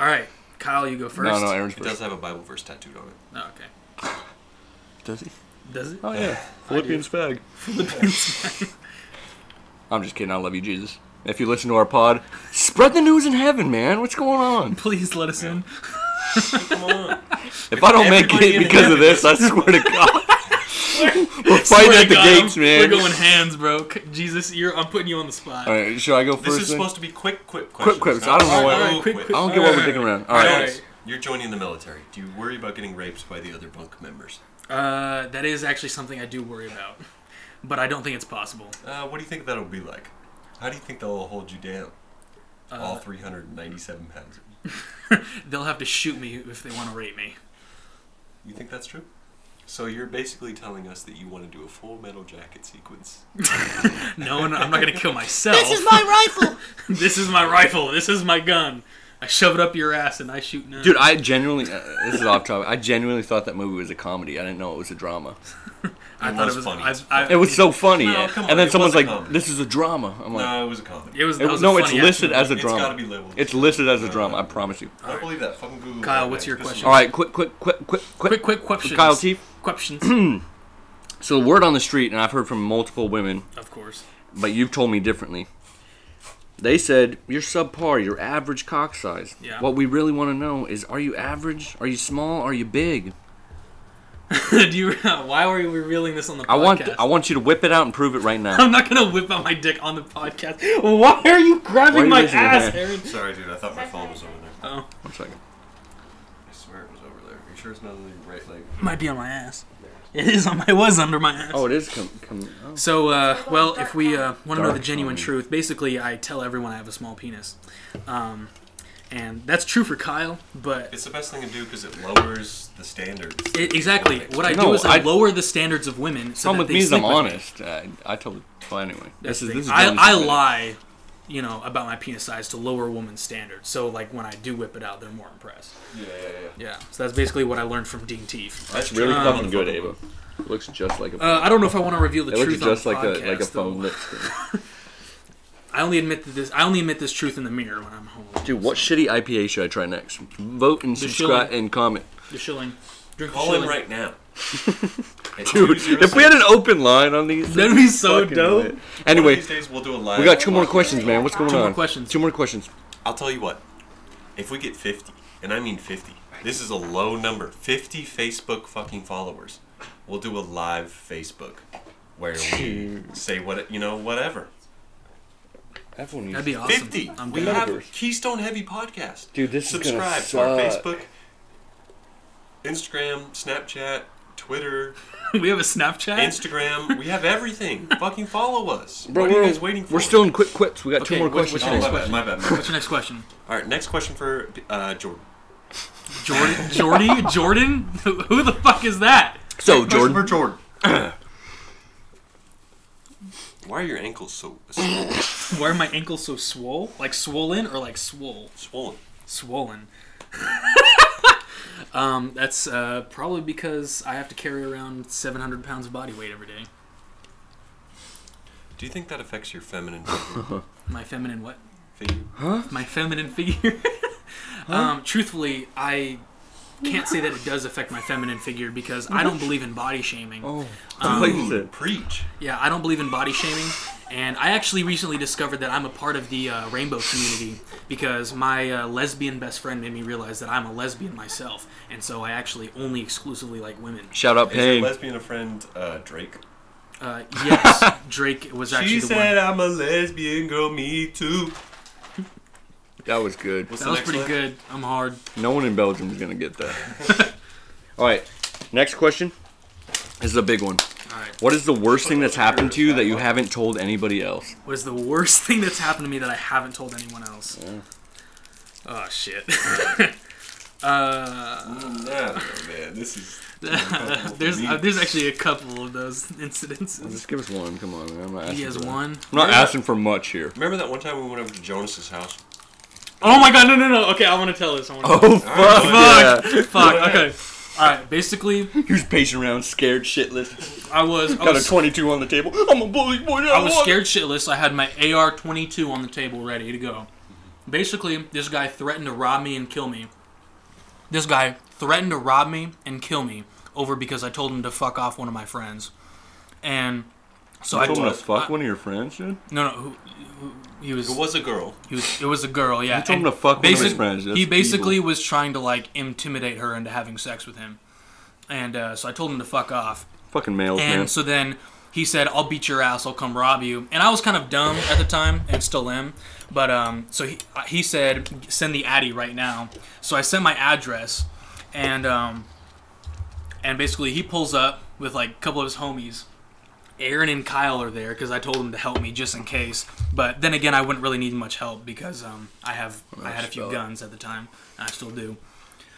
S3: All right, Kyle, you go first.
S2: No, no, Aaron's
S1: It does
S2: first.
S1: have a Bible verse tattooed on it.
S3: Oh, okay.
S2: Does he?
S3: Does it?
S2: Oh yeah, Philippians fag. I'm just kidding. I love you, Jesus. If you listen to our pod, spread the news in heaven, man. What's going on?
S3: Please let us in.
S1: Come on.
S2: If I don't make
S1: Everybody
S2: it
S1: in
S2: because of
S1: heaven
S2: this, I swear to God, we're fighting
S3: Swear
S2: at
S3: to
S2: the
S3: God,
S2: gates,
S3: I'm-
S2: man.
S3: We're going hands, bro. C- Jesus, you're. I'm putting you on the spot.
S2: All right, should I go
S1: This
S2: first?
S1: is
S2: then?
S1: supposed to be quick quip questions.
S2: quips.
S1: not
S2: I don't know
S1: slow
S2: what-
S3: Alright, quick
S1: quips.
S2: I
S3: quips.
S2: don't get what we're
S3: Alright.
S2: digging around. All right.
S1: Jonas, You're joining the military. Do you worry about getting raped by the other bunk members?
S3: Uh, that is actually something I do worry about, but I don't think it's possible.
S1: Uh, what do you think that'll be like? How do you think they'll hold you down?
S3: Uh,
S1: All 397 pounds. of you.
S3: They'll have to shoot me if they want to rape me.
S1: You think that's true? So you're basically telling us that you want to do a full metal jacket sequence.
S3: No, no, I'm not gonna kill myself.
S2: my rifle.
S3: This is my rifle. This is my gun. I shove it up your ass and I shoot none.
S2: Dude, I genuinely uh, this is off topic. I genuinely thought that movie was a comedy. I didn't know it was a drama.
S3: I
S1: It
S3: thought
S1: was
S3: it was
S1: funny.
S3: I, I,
S2: It was so funny.
S1: No, come on,
S2: and then
S1: it
S2: someone's
S1: was a
S2: like,
S1: comedy.
S2: "This is a drama." I'm like,
S1: No, it was a comedy.
S3: It was,
S2: It-
S3: that was a
S2: no, it's
S3: funny
S2: listed
S3: action.
S2: as a
S1: It's
S2: drama.
S1: gotta be labeled.
S2: It's listed as a drama. I promise you.
S1: I don't believe that. Fucking Google.
S3: Kyle,
S1: that,
S3: what's
S1: man.
S3: your
S1: This is-
S3: question?
S2: All right, quick, quick, quick, quick,
S3: quick, quick questions.
S2: Kyle T.
S3: Questions,
S2: So the word on the street, and I've heard from multiple women,
S3: of course.
S2: but you've told me differently. They said you're subpar, you're average cock size.
S3: Yeah.
S2: What we really want to know is, are you average? Are you small? Are you big?
S3: Do you? Why were you revealing this on the podcast?
S2: I want, I want you to whip it out and prove it right now.
S3: I'm not gonna whip out my dick on the podcast. Why are you
S2: Why are
S3: grabbing
S2: you
S3: my
S2: raising your
S3: ass,
S2: hand?
S3: Aaron?
S1: Sorry, dude. I thought my phone was over there.
S3: Oh,
S2: One second.
S1: I swear it was over there. Are you sure it's not on your right leg?
S3: might be on my ass. It is on. My, it was under my ass.
S2: Oh, it is com com oh.
S3: So, uh, well, if we uh, want to know
S2: Dark
S3: the genuine
S2: comedy.
S3: truth, basically, I tell everyone I have a small penis, um, and that's true for Kyle. But
S1: It's the best thing to do because it lowers the standards.
S3: i exactly what I
S2: No,
S3: do is I,
S2: I-
S3: lower the standards of women. So
S2: Problem
S3: that
S2: with
S3: they
S2: me is
S3: sleep
S2: I'm
S3: with me.
S2: honest. I, I tell the well, anyway.
S3: That's
S2: This is
S3: the
S2: this is
S3: thing. I,
S2: Jonas'
S3: I
S2: minute.
S3: lie, you know, about my penis size to lower women's standards. So like when I do whip it out, they're more impressed.
S1: Yeah, yeah, yeah.
S3: Yeah. So that's basically what I learned from Dean Teef.
S1: That's
S2: Really
S1: true.
S2: fucking good, Ava. Looks just like a.
S3: Um, Uh, I don't know if I want to reveal the
S2: it
S3: truth
S2: looks just
S3: on
S2: like
S3: the podcast.
S2: a like a
S3: though.
S2: phone lip screen.
S3: I only admit that this. I only admit this truth in the mirror when I'm home.
S2: Dude, what shitty IPA should I try next? Vote and
S3: The
S2: subscribe
S3: shilling.
S2: and comment.
S3: The shilling. Drink the
S1: Call in
S3: shilling.
S1: right now. At
S2: Dude, if we had an open line on these,
S3: That'd be so
S2: fucking
S3: dope.
S2: lit.
S1: anyway,
S2: Anyway,
S1: these days we'll do a live.
S2: we got two more
S1: podcast.
S2: questions, man. What's going
S4: Two
S2: on?
S3: more questions.
S2: Two more questions.
S1: I'll tell you what. If we get 50, and I mean 50, this is a low number. 50 Facebook fucking followers. We'll do a live Facebook where we say what you know, whatever.
S2: Everyone needs
S3: That'd be awesome.
S1: 50.
S3: I'm
S1: we
S3: down.
S1: have
S2: Metaverse.
S1: Keystone Heavy podcast.
S2: Dude, this is gonna
S1: Subscribe to our
S2: suck.
S1: Facebook, Instagram, Snapchat, Twitter,
S3: we have a Snapchat.
S1: Instagram. We have everything. Fucking follow us.
S2: Bro,
S1: what are
S2: we're,
S1: you guys waiting for?
S2: we're still in quick quips. We got two
S3: Okay,
S2: more
S3: what- what's
S2: questions.
S1: Oh,
S3: your
S1: my
S3: next
S1: bad, my bad. my bad.
S3: What's your next question?
S1: All right, next question for uh, Jordan.
S3: Jordan? Jordy? Jordan? Who the fuck is that?
S2: So
S1: Question
S2: Jordan,
S1: for Jordan. Why are your ankles so swollen?
S3: Why are my ankles so swole? Like swollen or like swole?
S1: swollen?
S3: swollen. um, that's uh, probably because I have to carry around 700 pounds of body weight every day.
S1: Do you think that affects your feminine figure?
S3: My feminine what?
S1: figure?
S3: My feminine figure. um, truthfully, I can't say that it does affect my feminine figure because I don't believe in body shaming. Um,
S2: oh,
S1: Ooh, preach.
S3: Yeah, I don't believe in body shaming. And I actually recently discovered that I'm a part of the uh, rainbow community because my uh, lesbian best friend made me realize that I'm a lesbian myself. And so I actually only exclusively like women.
S2: shout out
S1: Is your
S2: Paige.
S1: lesbian a friend uh, Drake?
S3: Uh, yes, Drake was actually
S1: She
S3: the
S1: said,
S3: one.
S1: "I'm a lesbian girl, me too."
S2: that was good.
S1: What's
S3: That was
S1: next
S3: pretty
S1: one?
S3: good. I'm hard.
S2: No one in Belgium is gonna get that. All right, next question. This is a big one.
S3: All right.
S2: What is the worst thing that's happened to you that you haven't told anybody else?
S3: What is the worst thing that's happened to me that I haven't told anyone else? Oh shit. uh,
S1: Mm, no, man, this is.
S3: there's uh, there's actually a couple of those incidences.
S2: Just give us one. Come on, man. I'm not asking.
S3: He has
S2: for-
S3: one.
S2: I'm not asking for much here.
S1: Remember that one time we went over to Jonas's house?
S3: Oh my god! No no no. Okay, I want to tell this. I want to.
S2: Oh
S1: Alright,
S2: fuck!
S3: Fuck. Okay. All right. Basically,
S2: Yeah. He was pacing around, scared shitless.
S3: I was I
S2: Got a
S3: was,
S2: 22 on the table. I'm a bully boy.
S3: I was scared shitless. I had my AR-22 on the table ready to go. Basically, this guy threatened to rob me and kill me. This guy threatened to rob me and kill me over because I told him to fuck off one of my friends, and so I
S2: I told him to
S3: told
S2: fuck one of your friends, dude.
S3: no no who, who, he was
S1: It was a girl.
S3: he was it was a girl yeah.
S2: You told him
S3: and
S2: to fuck one of his
S3: basic-
S2: friends. That's
S3: he basically
S2: evil.
S3: was trying to like intimidate her into having sex with him, and uh, so I told him to fuck off.
S2: fucking males,
S3: And
S2: man.
S3: so then he said, "I'll beat your ass. I'll come rob you." And I was kind of dumb at the time, and still am. But um, so he uh, he said, "Send the addy right now." So I sent my address, and um, and basically he pulls up with like a couple of his homies. Aaron and Kyle are there because I told them to help me just in case. But then again, I wouldn't really need much help because um, I have I had a few
S2: spell it.
S3: guns at the time. And I still do.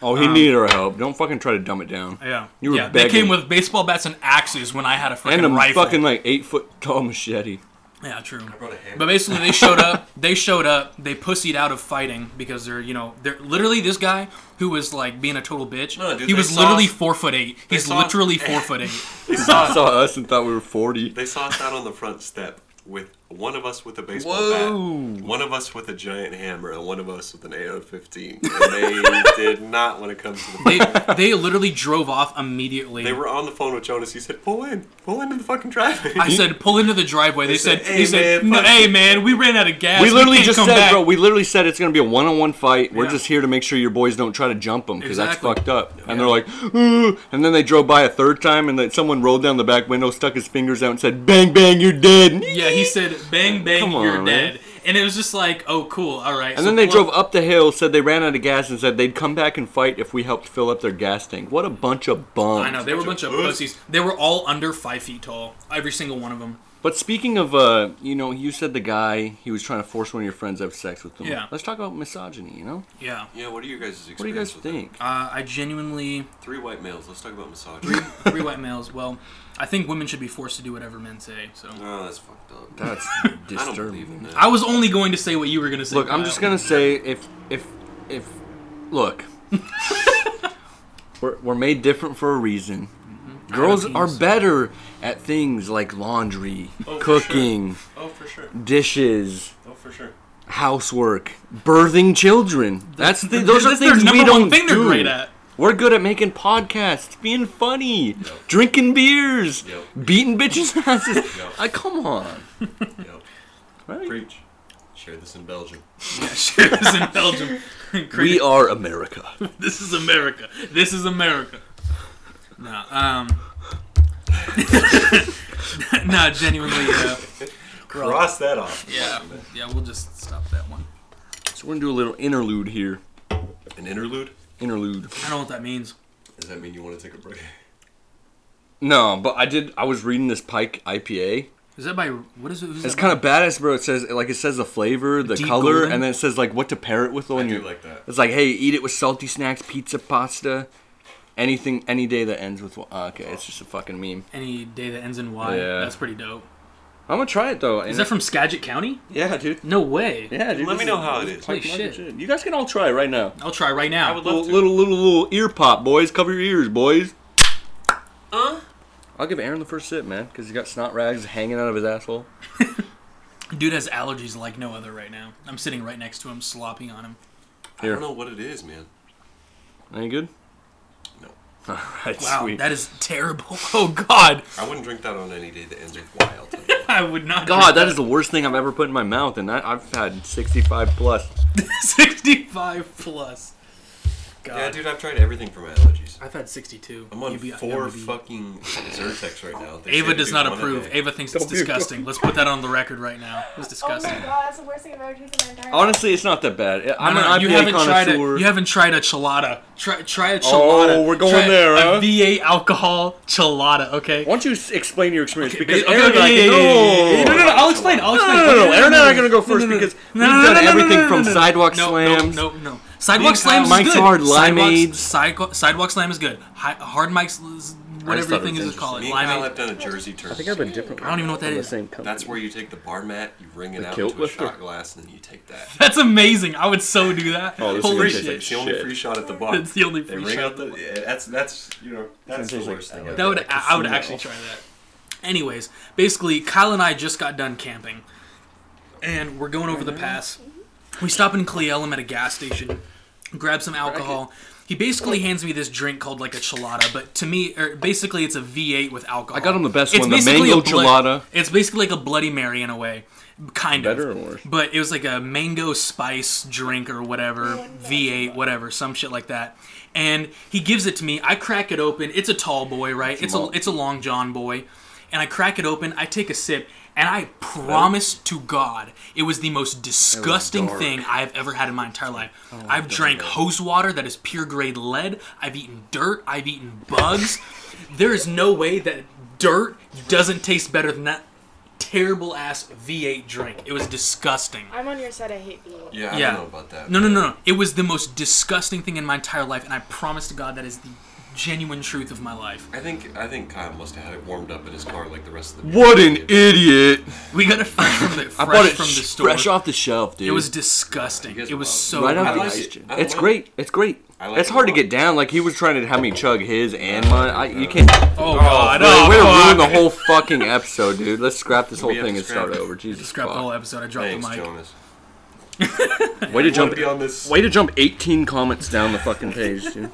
S2: oh, he needed our help. Don't fucking try to dumb it down.
S3: um, Yeah,
S2: You were
S3: yeah. They
S2: begging.
S3: came with baseball bats and axes when I had a freaking
S2: And a
S3: rifle.
S2: fucking like eight foot tall machete.
S3: Yeah, true.
S1: brought a hammer.
S3: But basically, they showed up. They showed up. They pussied out of fighting because they're, you know, they're literally this guy who was like being a total bitch.
S1: No, dude,
S3: he
S1: they
S3: was
S1: saw-
S3: literally four foot eight. He's
S1: saw-
S3: literally four foot eight.
S1: They saw,
S2: Saw us and thought we were 40.
S1: they saw us out on the front step with one of us with a baseball
S2: Whoa.
S1: bat, one of us with a giant hammer, and one of us with an AR-15. And they did not want to come to the.
S3: They they literally drove off immediately.
S1: They were on the phone with Jonas. He said, "Pull in, pull into the fucking driveway."
S3: I said, pull into the driveway. They, said,
S1: said,
S3: they
S1: "Hey,
S3: said,
S1: man,
S3: no,
S1: fuck
S3: hey man, we ran out of gas.
S2: We literally
S3: can't
S2: just
S3: come
S2: said,
S3: back."
S2: bro, we literally said it's going to be a one on one fight. We're
S3: Yeah.
S2: just here to make sure your boys don't try to jump them because
S3: Exactly.
S2: that's fucked up. And they're like, ooh. And then they drove by a third time and then someone rolled down the back window, stuck his fingers out, and said, bang, bang, you're dead.
S3: yeah, he said, bang bang,
S2: Come
S3: you're
S2: on, man.
S3: dead. And it was just like, oh cool, all right.
S2: And then they drove up the hill, said they ran out of gas, and said they'd come back and fight if we helped fill up their gas tank. What a bunch of bums.
S3: I know they were a bunch of pussies. They were all under five feet tall. Every single one of them.
S2: But speaking of, uh, you know, you said the guy he was trying to force one of your friends to have sex with him.
S3: Yeah.
S2: Let's talk about misogyny. You know,
S3: Yeah.
S1: "Yeah, what are you guys' experience
S2: what do you guys
S1: with that?
S2: think?
S3: Uh, I genuinely
S1: Three white males. Let's talk about misogyny.
S3: three white males. Well, I think women should be forced to do whatever men say. So
S1: oh, that's fucked up.
S2: That's
S1: I don't believe in
S2: disturbing.
S1: that.
S3: I was only going to say what you were going to say.
S2: Look, I'm just gonna say if if if look, we're we're made different for a reason. Girls are
S3: Attitudes.
S2: better at things like laundry,
S1: Oh, for
S2: cooking,
S1: oh, for sure.
S2: dishes,
S1: Oh, for sure.
S2: housework, birthing children. That's the, those are
S3: That's their
S2: things we
S3: number
S2: don't
S3: one thing they're
S2: do.
S3: great at.
S2: We're good at making podcasts, being funny, drinking beers,
S1: Yep.
S2: beating bitches' asses.
S1: Yep.
S2: Uh, come on,
S1: Yep.
S2: right?
S1: Preach. Share this in Belgium.
S3: Yeah, sure, it was in Belgium.
S2: We are America.
S3: this is America. This is America. No, um, no, genuinely, uh,
S1: Cross that off.
S3: yeah, yeah. We'll just stop that one.
S2: So we're gonna do a little interlude here.
S1: An interlude.
S2: Interlude.
S3: I don't know what that means.
S1: Does that mean you want to take a break?
S2: No, but I did. I was reading this Pike IPA.
S3: Is that by what is it? who's
S2: It's
S3: that
S2: kind of badass, bro. It says like it says the flavor, the
S3: Deep
S2: color,
S3: golden?
S2: and then it says like what to pair it with.
S1: I
S2: When
S1: do
S2: you
S1: like that.
S2: it's like, hey, eat it with salty snacks, pizza, pasta, anything, any day that ends with. Uh, okay, it's just a fucking meme.
S3: by? Any day that ends in Y.
S2: Yeah.
S3: That's pretty dope.
S2: I'm gonna try it though.
S3: Is
S2: and-
S3: that from Skagit County?
S2: Yeah, dude.
S3: No way.
S2: Yeah, dude.
S1: Let
S2: this
S1: me know how it
S2: this
S1: is.
S2: Pike
S3: Holy
S2: Market
S3: shit.
S2: shit. You guys can all try it right now.
S3: I'll try right now.
S1: I would love
S2: Little,
S1: to.
S2: little, little, little ear pop, boys. Cover your ears, boys.
S1: Uh?
S2: I'll give Aaron the first sip, man, because he's got snot rags hanging out of his asshole.
S3: Dude has allergies like no other right now. I'm sitting right next to him, slopping on him.
S1: I
S2: Here.
S1: don't know what it is, man.
S2: Any good?
S1: No.
S2: All right,
S3: Wow,
S2: sweet.
S3: that is terrible. Oh God,
S1: I wouldn't drink that on any day that ends with Y. I'll tell you that.
S3: I would not.
S2: God,
S3: drink
S2: that is the worst thing I've ever put in my mouth, and that, I've had 65 plus.
S3: 65 plus. God,
S1: Yeah, dude, I've tried everything for my allergies.
S3: I've had 62.
S1: I'm on
S3: You'd be-
S1: four
S3: you'd be-
S1: fucking Zyrtex right now. They say
S3: Ava
S1: to
S3: does
S1: do
S3: not
S1: one a
S3: approve.
S1: day.
S3: Ava thinks it's
S2: Don't be a good-
S3: disgusting. Let's put that on the record right now. It's disgusting.
S4: Oh my god, that's the worst thing I've ever taken in my entire life.
S2: Honestly, it's not that bad. I- I'm
S3: No, no,
S2: an
S3: you
S2: IPA
S3: haven't tried a,
S2: connoisseur.
S3: you haven't tried a chelada. Try try a
S2: Oh,
S3: chelada.
S2: we're going
S3: Try
S2: there, huh?
S3: A V8 alcohol chelada. Okay.
S2: Why don't you s- explain your experience?
S3: Okay,
S2: Because
S3: okay,
S2: Aaron and I
S3: okay,
S2: can-
S3: yeah, yeah, yeah, yeah.
S2: No.
S3: No, no, no, I'll explain. I'll
S2: No,
S3: explain.
S2: no, no, no, Aaron and I are gonna go
S3: no,
S2: first
S3: no, no.
S2: because
S3: No,
S2: we've
S3: no, no,
S2: done
S3: no, no,
S2: everything
S3: no, no,
S2: from
S3: no, no.
S2: sidewalk
S3: No,
S2: slams-
S3: No, no, no. Sidewalk slams
S2: Mike's
S3: is good.
S2: Hard Limeades.
S3: Sidewalks- Sidewalk, sidewalk slam is good. Hi, hard Mike's, whatever
S2: thought
S3: you
S2: it
S3: think
S2: was
S3: is called.
S1: Me and Kyle have
S3: Limeade.
S1: done a Jersey turn.
S2: I think I've been different.
S3: I don't even know what that
S2: from the
S3: is.
S2: same company.
S1: That's where you take the bar mat, you wring it
S2: The
S1: out
S2: kilt
S1: into a
S2: lifter?
S1: shot glass, and then you take that.
S3: That's amazing. I would so do that.
S2: Oh, this is
S3: Holy
S2: gonna
S1: Free,
S2: taste
S1: it's
S3: shit.
S1: like the only
S2: Shit.
S1: free shot at the bar.
S3: It's the only
S1: They
S3: free
S1: ring
S3: shot
S1: out
S3: at
S1: the. yeah, that's that's you know that's the
S2: tastes like-
S1: worst thing. I've
S2: that
S3: That would
S2: Like
S3: I I would
S2: casino.
S3: actually try that. Anyways, basically, Kyle and I just got done camping, and we're going
S2: Mm-hmm.
S3: over the pass. We stop in Cleellum at a gas station, grab some alcohol. He basically hands me this drink called like a chelada, but to me, or basically, it's a V8 with alcohol. I
S2: got him the best one, the mango chelada.
S3: It's basically like a Bloody Mary in a way, kind
S2: Better or
S3: of.
S2: worse?
S3: But it was like a mango spice drink or whatever, V8, whatever, some shit like that. And he gives it to me. I crack it open. It's a tall boy, right? It's a
S2: malt.
S3: it's a long john boy. And I crack it open. I take a sip, and I promise to God, it was the most disgusting
S2: dark.
S3: thing I have ever had in my entire life. I've drank hose water that is pure grade lead. I've eaten dirt. I've eaten bugs. there is no way that dirt doesn't taste better than that terrible ass V8 drink. It was disgusting.
S5: I'm on your side. I hate being.
S1: Yeah, I
S3: Yeah.
S1: don't know about that.
S3: No, no, no, no. It was the most disgusting thing in my entire life, and I promise to God that is the genuine truth of my life.
S1: I think I think Kyle must have had it warmed up in his car like the rest of the.
S2: What
S1: beer.
S2: an idiot!
S3: We got it fresh from the fresh
S2: I bought it
S3: from the
S2: sh-
S3: store.
S2: fresh off the shelf, dude.
S3: It was
S1: You
S3: disgusting.
S1: guys
S3: It was
S1: love
S3: so
S2: right
S1: Oh, I
S2: off the
S1: like
S2: ice.
S1: it. I
S2: It's
S1: like
S2: great. It's great.
S1: I like
S2: it's
S1: it a
S2: hard to
S1: lot.
S2: get down. Like he was trying to have me chug his and mine. I, you can't.
S3: Oh, God.
S2: Wait,
S3: Oh,
S2: way to ruin
S3: fuck.
S2: the whole fucking episode, dude. Let's scrap this whole
S1: We have
S2: thing
S1: to
S2: and start
S1: scrap it.
S2: over. Jesus
S3: Scrap the whole
S2: fuck.
S3: episode. I dropped
S1: Thanks,
S3: the mic.
S1: Jonas.
S2: Way to jump.
S1: Wanna be on this.
S2: Way to jump 18 comments down the fucking page, dude.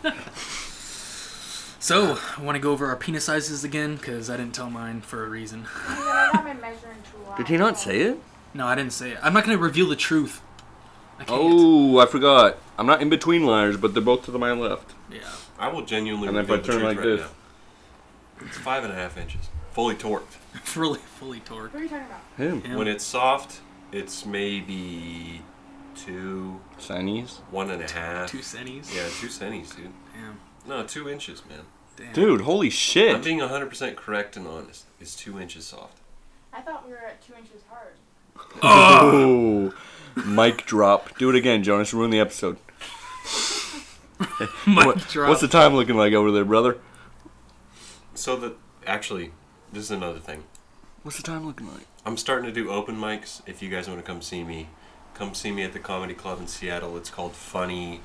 S3: So, I want to go over our penis sizes again because I didn't tell mine for a reason.
S4: And then I got my measuring tool out.
S2: Did he not say it?
S3: No, I didn't say it. I'm not going to reveal the truth. I can't.
S2: Oh, I forgot. I'm not in between liars, but they're both to the my left.
S3: Yeah.
S1: I will genuinely
S2: And if
S1: reveal
S2: I
S1: the
S2: turn
S1: truth
S2: like
S1: right
S2: this.
S1: now. It's five and a half inches, fully torqued.
S3: fully, fully torqued.
S4: Who are you talking about?
S2: Him.
S3: Yeah.
S1: When it's soft, it's maybe two,
S2: Chinese.
S1: one and a half.
S3: Two centis.
S1: Yeah, two centis, dude.
S3: Damn.
S1: No, two inches, man.
S3: Damn.
S2: Dude, holy
S1: I'm
S2: shit.
S1: being 100% correct and honest. It's two inches soft.
S4: I thought we were at two inches hard.
S1: Ah.
S2: Oh. Mic drop. Do it again, Jonas. Ruin the episode.
S3: Mic
S2: What-
S3: drop.
S2: What's the time looking like over there, brother?
S1: So that actually, this is another thing.
S2: What's the time looking like?
S1: I'm starting to do open mics. If you guys want to come see me, come see me at the comedy club in Seattle. It's called Funny,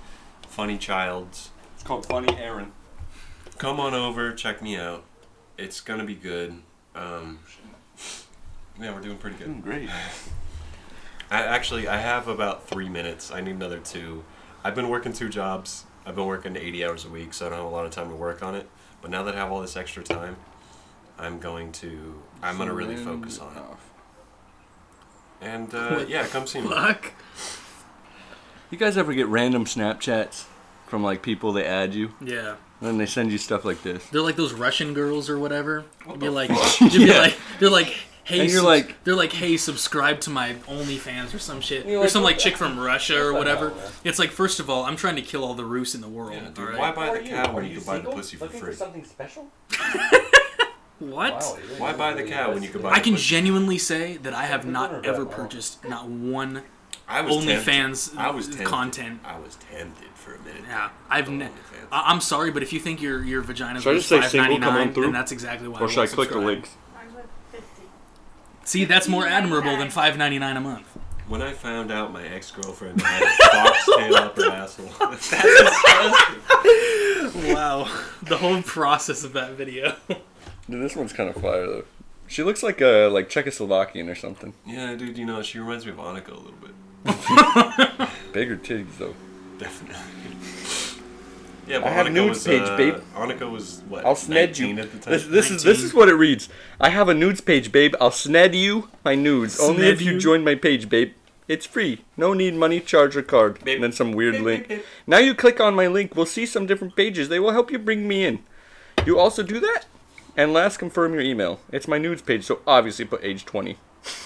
S1: Funny Childs.
S2: It's called Funny Aaron.
S1: Come on over, check me out. It's gonna be good. Um, yeah, we're doing pretty
S3: Hmm.
S1: good.
S2: Great.
S1: I actually I have about three minutes. I need another two. I've been working two jobs. I've been working 80 hours a week, so I don't have a lot of time to work on it. But now that I have all this extra time, I'm going to I'm gonna really focus on it. And uh, yeah, come see me.
S3: Fuck.
S2: You guys ever get random Snapchats from like people they add you,
S3: Yeah.
S2: and then they send you stuff like this?
S3: They're like those Russian girls or whatever.
S1: What
S3: You're
S1: the
S3: like,
S1: fuck?
S3: you'd be
S2: Yeah.
S3: like, they're like, hey,
S2: And you're
S3: subs-
S2: like-
S3: they're like, hey, subscribe to my OnlyFans or some shit.
S2: You're
S3: Or
S2: like,
S3: some
S2: what
S3: like
S2: the-
S3: chick from Russia or
S2: the hell,
S3: whatever.
S2: man?
S3: It's like, first of all, I'm trying to kill all the Rus in the world.
S1: Yeah,
S3: all
S1: dude,
S3: right?
S1: why buy the cow when you can buy the pussy for free?
S2: something special?
S3: What?
S1: Why buy the cow when you could buy
S3: I can
S1: But-
S3: genuinely say that I have
S5: Something better
S3: not
S5: about
S3: ever
S5: that.
S3: purchased not one.
S1: I tempted.
S3: OnlyFans
S1: I was tempted.
S3: content.
S1: I was tempted for a minute.
S3: Yeah, I've.
S1: The
S3: Ne-
S1: OnlyFans.
S3: I- I'm sorry, but if you think your your vagina's
S2: Should I
S3: worth
S2: just say
S3: five
S2: single,
S3: ninety
S2: come on
S3: nine,
S2: through?
S3: then that's exactly why.
S2: Or should I
S3: won't
S2: click the
S3: subscribe.
S2: links?
S4: Mine's with 50.
S3: See, that's more admirable than five ninety nine a month.
S1: When I found out my ex girlfriend had a fox tail up her asshole, that's disgusting.
S3: Wow, the whole process of that video.
S2: Dude, this one's kind of fire though. She looks like a like Czechoslovakian or something.
S1: Yeah, dude, you know, she reminds me of Annika a little bit.
S2: Bigger titties though.
S1: Definitely. Yeah, but
S2: I have
S1: Annika
S2: nudes
S1: was,
S2: page,
S1: uh,
S2: babe.
S1: Annika was what?
S2: I'll sned
S1: 19
S2: you.
S1: at the time.
S2: This, this is this is what it reads. I have a nudes page, babe. I'll sned you my nudes only if
S3: Sned
S2: you,
S3: you?
S2: join my page, babe. It's free. No need money, charge, or card.
S1: Babe.
S2: And then some weird
S1: Babe,
S2: link.
S1: babe, babe.
S2: Now you click on my link. We'll see some different pages. They will help you bring me in. You also do that. And last, confirm your email. It's my nudes page, so obviously put age twenty.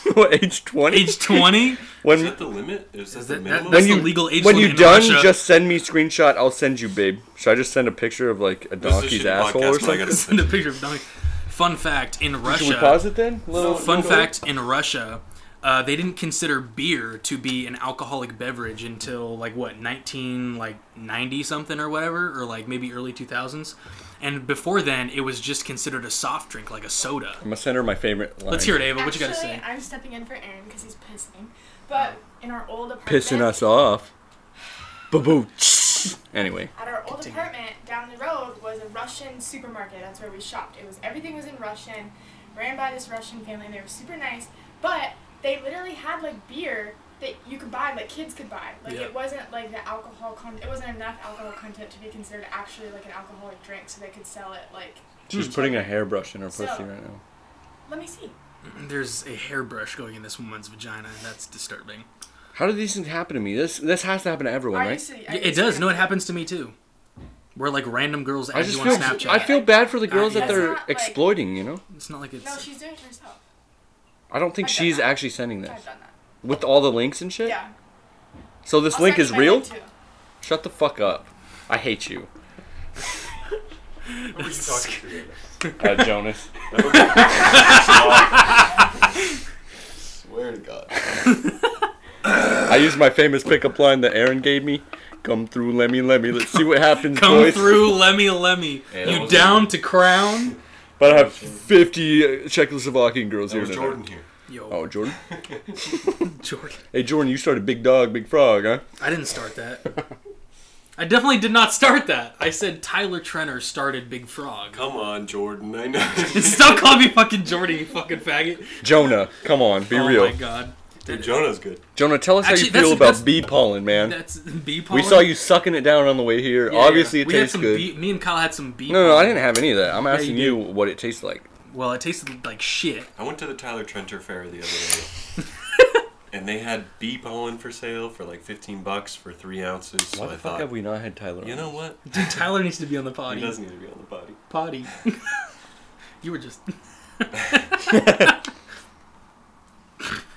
S2: what age twenty?
S3: Age twenty.
S1: is
S2: When
S1: that the limit? Is that
S3: Is
S1: the
S3: that- that-
S1: minimum?
S3: that's
S2: when
S3: the
S2: you
S3: legal age
S2: when you
S3: limit in
S2: done,
S3: Russia.
S2: just send me screenshot. I'll send you, babe. Should I just send a picture of like
S1: This
S2: a
S1: is a
S2: donkey's
S1: shitty podcast,
S2: asshole or
S1: but I
S2: something?
S1: gotta
S3: Send a picture of dummy. Fun fact in Russia.
S2: Should we pause it then? Little,
S3: Fun
S2: little-
S3: fact in Russia, uh, they didn't consider beer to be an alcoholic beverage until like what 19 like 90 something or whatever or like maybe early 2000s. And before then, it was just considered a soft drink like a soda.
S2: I'm gonna send her my favorite line.
S3: Let's hear it, Ava. What you got to
S4: Actually,
S3: say?
S4: I'm stepping in for Aaron because he's pissing. But in our old apartment,
S2: Pissing us off. Baboo. Anyway,
S4: At our old apartment down the road was a Russian supermarket. That's where we shopped. It was everything was in Russian. Ran by this Russian family. They were super nice, but they literally had like beer that you could buy, like kids could buy. Like
S3: Yeah.
S4: it wasn't like the alcohol content. It wasn't enough alcohol content to be considered actually like an alcoholic drink, so they could sell it. Like,
S2: she's putting a hairbrush in her
S4: Hmm. So-
S2: pussy right now.
S4: let me see.
S3: There's a hairbrush going in this woman's vagina, and that's disturbing.
S2: How do these things happen to me? This this has to happen to everyone,
S4: Are you
S2: right?
S4: see- are
S3: Yeah,
S4: you
S3: It does.
S4: serious?
S3: No, it happens to me too. Where like random girls
S2: I
S3: add
S2: just
S3: you
S2: feel
S3: on Snapchat.
S2: I feel bad for the girls
S3: Uh,
S2: that
S3: yeah.
S2: they're
S4: That's not, like-
S2: exploiting. You know,
S3: It's not like it's.
S4: No, she's doing it to herself.
S2: I don't think
S4: I've done
S2: she's
S4: that.
S2: actually sending this
S4: I've done that.
S2: with all the links and shit.
S4: Yeah.
S2: So this
S4: I'll
S2: link
S4: send
S2: is
S4: you my
S2: real.
S4: link, too.
S2: Shut the fuck up. I hate you,
S5: Who are you talking to?
S2: uh, Jonas.
S1: swear to God.
S2: I used my famous pickup line that Aaron gave me. Come through, Lemmy, Lemmy. Let's see what happens,
S3: Come
S2: boys.
S3: through, Lemmy, Lemmy.
S1: Yeah, that
S3: you
S1: was-
S3: down to crown?
S2: But I have 50 uh, Czechoslovakian girls
S1: That
S2: here
S1: was
S2: tonight.
S1: Jordan here.
S3: Yo,
S2: Oh, Jordan.
S3: Jordan.
S2: Hey, Jordan, you started Big Dog, Big Frog, huh?
S3: I didn't start that. I definitely did not start that. I said Tyler Trenner started Big Frog.
S1: Come on, Jordan. I know.
S3: Stop calling me fucking Jordan, you fucking faggot.
S2: Jonah, come on, be
S3: oh
S2: real.
S3: my god.
S1: Dude, Jonah's good.
S2: Jonah, tell us
S3: Actually,
S2: how you
S3: that's-
S2: feel about
S3: that's-
S2: bee pollen, man.
S3: That's bee pollen.
S2: we saw you sucking it down on the way here.
S3: Yeah,
S2: Obviously,
S3: yeah.
S2: it
S3: we had
S2: tastes
S3: some
S2: good.
S3: Bee, me and Kyle had some bee.
S2: No, no, I
S3: pollen.
S2: didn't have any of that. I'm asking
S3: you
S2: you, what it tastes like.
S3: Well, it tasted like shit.
S1: I went to the Tyler Trenter Fair the other day, and they had bee pollen for sale for like 15 bucks for three ounces. So
S2: Why
S1: I
S2: the fuck
S1: thought,
S2: have we not had Tyler?
S1: you know what?
S3: Dude, Tyler needs to be on the
S1: He
S3: potty.
S1: does need to be on the body.
S3: Potty. you were just.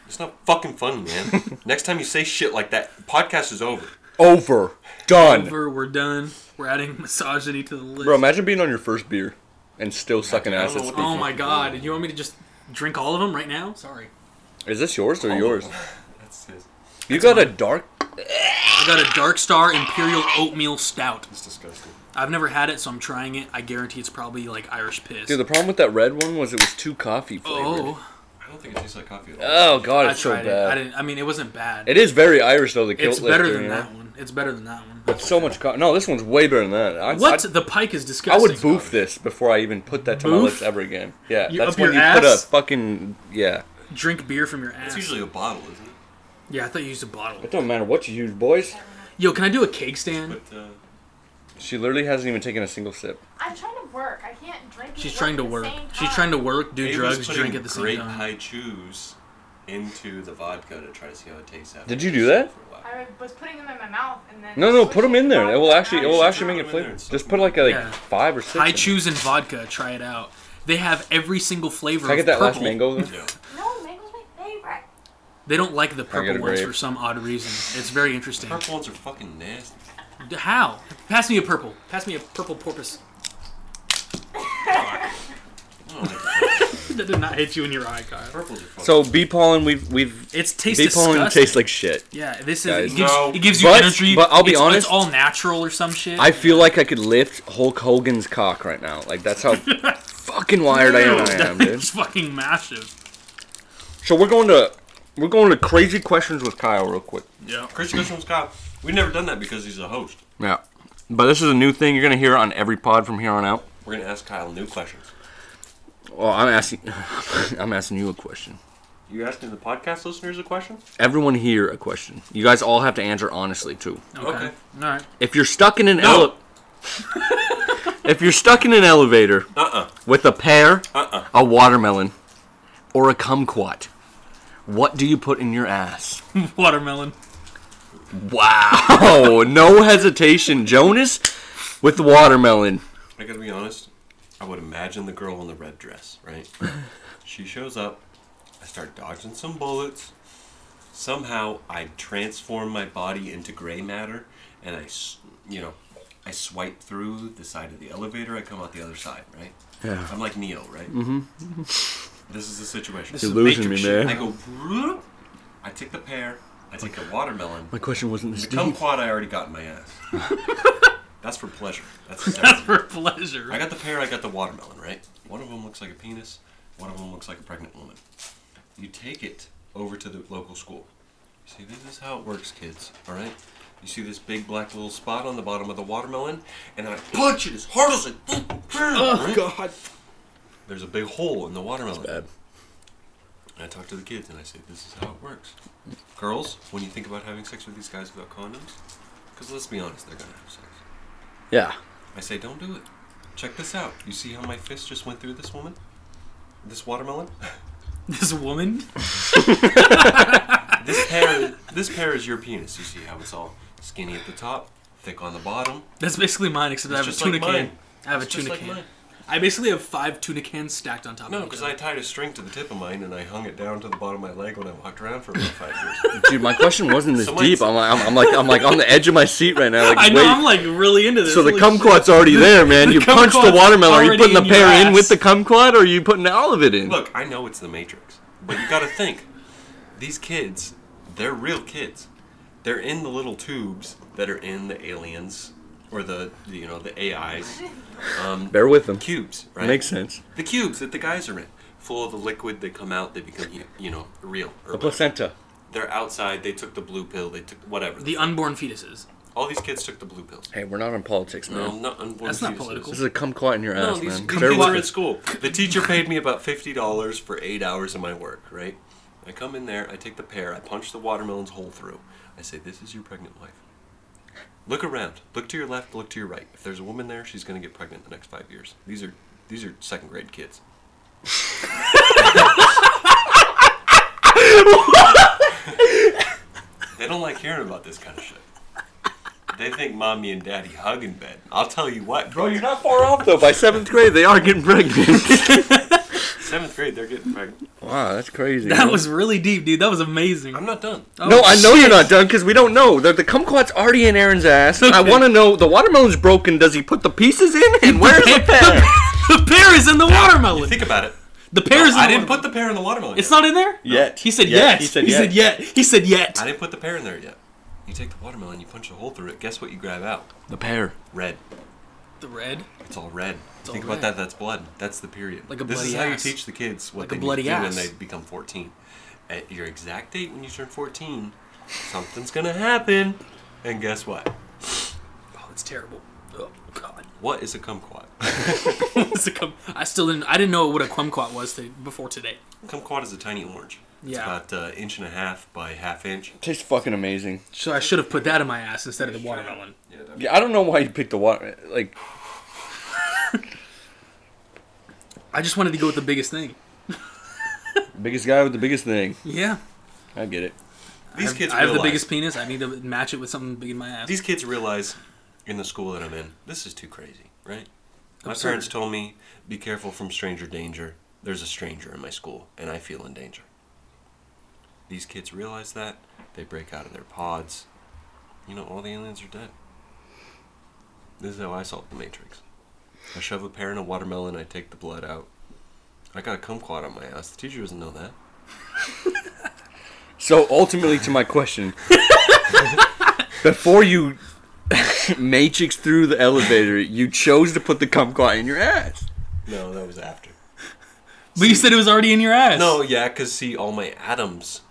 S1: It's not fucking fun, man. Next time you say shit like that, podcast is over.
S2: over, done,
S3: Over, we're done. We're adding misogyny to the list.
S2: bro. Imagine being on your first beer and still sucking
S1: I don't
S2: ass.
S1: know
S2: at
S1: what
S2: Spooky.
S3: oh my god. You want me to just drink all of them right now? Sorry.
S2: Is this yours or yours?
S1: That's it.
S2: You got a dark.
S3: I got a Dark Star Imperial Oatmeal Stout.
S1: It's disgusting.
S3: I've never had it, so I'm trying it. I guarantee it's probably like Irish piss.
S2: Dude, the problem with that red one was it was too coffee flavored.
S3: oh,
S1: I don't think it tastes like coffee at all.
S2: Oh god,
S3: I
S2: it's so
S3: tried it. I
S2: bad.
S3: didn't. I mean, it wasn't bad.
S2: It is very Irish though. The kilt
S3: it's better
S2: lifter,
S3: than
S2: you know?
S3: that one. It's better than that one.
S2: With so much. Co- no, this one's way better than that. I,
S3: What the pike is
S2: I, I
S3: disgusting.
S2: would boof this before I even put that to my
S3: Boof?
S2: lips ever again. Yeah,
S3: You-
S2: that's
S3: up
S2: when
S3: your
S2: you put a
S3: ass?
S2: fucking yeah.
S3: drink beer from your ass.
S1: It's usually a bottle, isn't it?
S3: yeah, I thought you used a bottle.
S2: It don't matter what you use, boys.
S3: Yo, can I do a cake stand?
S1: But uh,
S2: She literally hasn't even taken a single sip.
S4: I'm trying to work. I can't drink. and
S3: She's trying to
S4: at the
S3: work.
S4: same
S3: She's
S4: time.
S3: trying to work, do
S1: Ava's
S3: drugs,
S1: putting
S3: drink at the same
S1: grape
S3: time.
S1: high chews into the vodka to try to see how it tastes after.
S2: Did you do that?
S1: for a while.
S4: I was putting them in my mouth and then.
S2: No, no, put them in there. It will actually, it will
S1: should
S2: actually
S1: throw them
S2: make it
S1: in there
S2: flavor.
S1: and
S2: Just
S1: suck
S2: put like a like
S3: Yeah.
S2: five or six.
S3: I
S2: in.
S3: choose in vodka. Try it out. They have every single flavor.
S2: Can I
S3: of
S2: get that last
S3: purple.
S2: mango? though?
S1: Yeah.
S4: No, mango's my favorite.
S3: They don't like the
S2: get
S3: purple
S2: a
S3: ones
S2: grape.
S3: for some odd reason. It's very interesting.
S1: Purple ones are fucking nasty.
S3: D- How? Pass me a purple. Pass me a purple porpoise.
S1: I don't like the
S3: that did not hit you in your eye, Kyle.
S1: Purples are fucking.
S2: So bee pollen, we've we've
S3: It's tastes
S2: bee pollen
S3: disgusting.
S2: tastes like shit.
S3: yeah, this is
S2: Guys.
S3: it gives,
S1: No.
S3: it gives you
S2: But-
S3: energy.
S2: but I'll be
S3: it's,
S2: honest-
S3: it's all natural or some shit.
S2: I feel like I could lift Hulk Hogan's cock right now. Like that's how fucking wired I am. I am, dude.
S3: It's fucking massive.
S2: So we're going to we're going to crazy questions with Kyle real quick.
S3: Yeah.
S1: Chris Christian Scott. We've never done that because he's a host.
S2: Yeah, but this is a new thing you're gonna hear on every pod from here on out.
S1: We're gonna ask Kyle new questions.
S2: Well, I'm asking I'm asking you a question.
S1: You asking the podcast listeners a question?
S2: Everyone here a question. You guys all have to answer honestly too.
S3: Okay.
S1: Okay.
S3: All right.
S2: If you're stuck in an
S1: No.
S2: ele- if you're stuck in an elevator
S1: Uh uh
S2: with a pear,
S1: Uh-uh.
S2: a watermelon, or a kumquat, what do you put in your ass?
S3: Watermelon.
S2: Wow! no hesitation, Jonas, with the watermelon.
S1: I gotta be honest. I would imagine the girl in the red dress, right? she shows up. I start dodging some bullets. Somehow, I transform my body into gray matter, and I, s- you know, I swipe through the side of the elevator. I come out the other side, right?
S2: Yeah.
S1: I'm like Neo, right? Mm-hmm. This is the situation.
S2: You're losing me, man.
S1: I go. "Vroom." I take the pear. I take the watermelon.
S2: My question wasn't this
S1: The
S2: deep.
S1: kumquat I already got in my ass. That's for pleasure. That's
S3: That's
S1: separate.
S3: for pleasure.
S1: I got the pear, I got the watermelon, right? One of them looks like a penis, one of them looks like a pregnant woman. You take it over to the local school. You see, this is how it works, kids, all right? You see this big black little spot on the bottom of the watermelon, and I punch it as hard as I fucking can.
S3: Oh,
S1: right?
S2: Oh, God.
S1: There's a big hole in the watermelon.
S2: Bad.
S1: And I talk to the kids and I say, this is how it works. Girls, when you think about having sex with these guys without condoms, because let's be honest, they're going to have sex.
S2: Yeah.
S1: I say, don't do it. Check this out. You see how my fist just went through this woman? This watermelon?
S3: This woman.
S1: this pear, this pear is your penis. You see how it's all skinny at the top, thick on the bottom.
S3: That's basically mine, except I
S1: It's
S3: have a
S1: just like
S3: tuna can.
S1: mine.
S3: I have a
S1: It's just
S3: tuna
S1: like
S3: can.
S1: mine.
S3: I basically have five tuna cans stacked on top
S1: No,
S3: of each
S1: because
S3: other.
S1: I tied a string to the tip of mine and I hung it down to the bottom of my leg when I walked around for about five years.
S2: Dude, my question wasn't this
S1: Someone's-
S2: deep. I'm like, I'm, I'm like, I'm like on the edge of my seat right now. Like,
S3: I know
S2: wait.
S3: I'm like really into this.
S2: so the
S3: Holy
S2: kumquat's already there, man.
S3: The
S2: you punch the
S3: kumquat's
S2: watermelon. Are you
S3: already
S2: putting the
S3: in your
S2: pear in
S3: ass.
S2: with the kumquat, or are you putting all of it in?
S1: Look, I know it's the Matrix, but you gotta think. These kids, they're real kids. They're in the little tubes that are in the aliens or the, the, you know, the AIs. Um,
S2: bear with them.
S1: cubes, right?
S2: Makes sense.
S1: The cubes that the guys are in, full of the liquid. They come out. They become you know real. Or
S2: The
S1: whatever.
S2: placenta.
S1: They're outside. They took the blue pill. They took whatever.
S3: shit. The unborn fetuses.
S1: All these kids took the blue pills.
S2: Hey, we're not on politics, man.
S1: No, not unborn
S3: That's not
S1: fetuses.
S3: political.
S2: This is a kumquat in your
S1: No,
S2: ass,
S1: these
S2: man.
S1: kids
S2: Bear with
S1: are
S2: me.
S1: at school. The teacher paid me about fifty dollars for eight hours of my work. Right. I come in there. I take the pear. I punch the watermelon's hole through. I say, "This is your pregnant wife." Look around. Look to your left. Look to your right. If there's a woman there, she's going to get pregnant in the next five years. These are these are second grade kids. They don't like hearing about this kind of shit. They think mommy and daddy hug in bed. I'll tell you what, bro. You're not far off
S2: So by seventh grade, they are getting pregnant.
S1: Seventh grade, they're getting pregnant.
S2: wow, that's crazy.
S3: That
S2: man.
S3: was really deep, dude. That was amazing.
S1: I'm not done.
S3: Oh,
S2: No, I know
S3: shit.
S2: you're not done because we don't know. The, the kumquat's already in Aaron's ass. I
S3: Okay.
S2: want to know the watermelon's broken. Does he put the pieces in? And where's the pear?
S3: the pear is in the watermelon.
S1: Think about it.
S3: the pear is in
S1: I
S3: the
S1: didn't
S3: watermelon.
S1: put the pear in the watermelon.
S3: It's
S1: yet.
S3: not in there?
S2: Yet.
S3: He said
S2: Yet.
S3: yet.
S2: He said
S3: He said yet. He said yet.
S1: I didn't put the pear in there yet. You take the watermelon, you punch a hole through it. Guess what? You grab out
S2: The pear.
S1: red.
S3: The red.
S1: It's all red.
S3: all
S1: Think
S3: red.
S1: about that. That's blood. That's the period.
S3: Like a
S1: this
S3: bloody
S1: is how
S3: ass.
S1: you teach the kids what
S3: Like a
S1: they need
S3: bloody
S1: to do
S3: ass.
S1: when they become 14. At your exact date when you turn 14, something's gonna happen. And guess what?
S3: Oh, it's terrible. Oh god.
S1: What is a kumquat?
S3: It's a cum- I still didn't I didn't know what a kumquat was to, before today.
S1: Kumquat is a tiny orange. It's
S3: Yeah.
S1: about uh, inch and a half by half inch.
S2: Tastes fucking amazing.
S3: So I should have put that in my ass instead of the watermelon.
S2: Yeah, I don't know why you picked the water. Like,
S3: I just wanted to go with the biggest thing.
S2: biggest guy with the biggest thing.
S3: Yeah.
S2: I get it.
S1: These
S3: I have,
S1: kids
S3: I have the
S1: realize-
S3: biggest penis. I need to match it with something big in my ass.
S1: These kids realize in the school that I'm in, this is too crazy, right? My
S3: Absurd.
S1: parents told me, be careful from stranger danger. There's a stranger in my school, and I feel in danger. These kids realize that. They break out of their pods. You know, all the aliens are dead. This is how I solved the Matrix. I shove a pear in a watermelon, I take the blood out, I got a kumquat on my ass. The teacher doesn't know that.
S2: So ultimately, to my question, before you matrix through the elevator, you chose to put the kumquat in your ass.
S1: No, that was after.
S3: But you said it was already in your ass.
S1: No, yeah, because see, all my atoms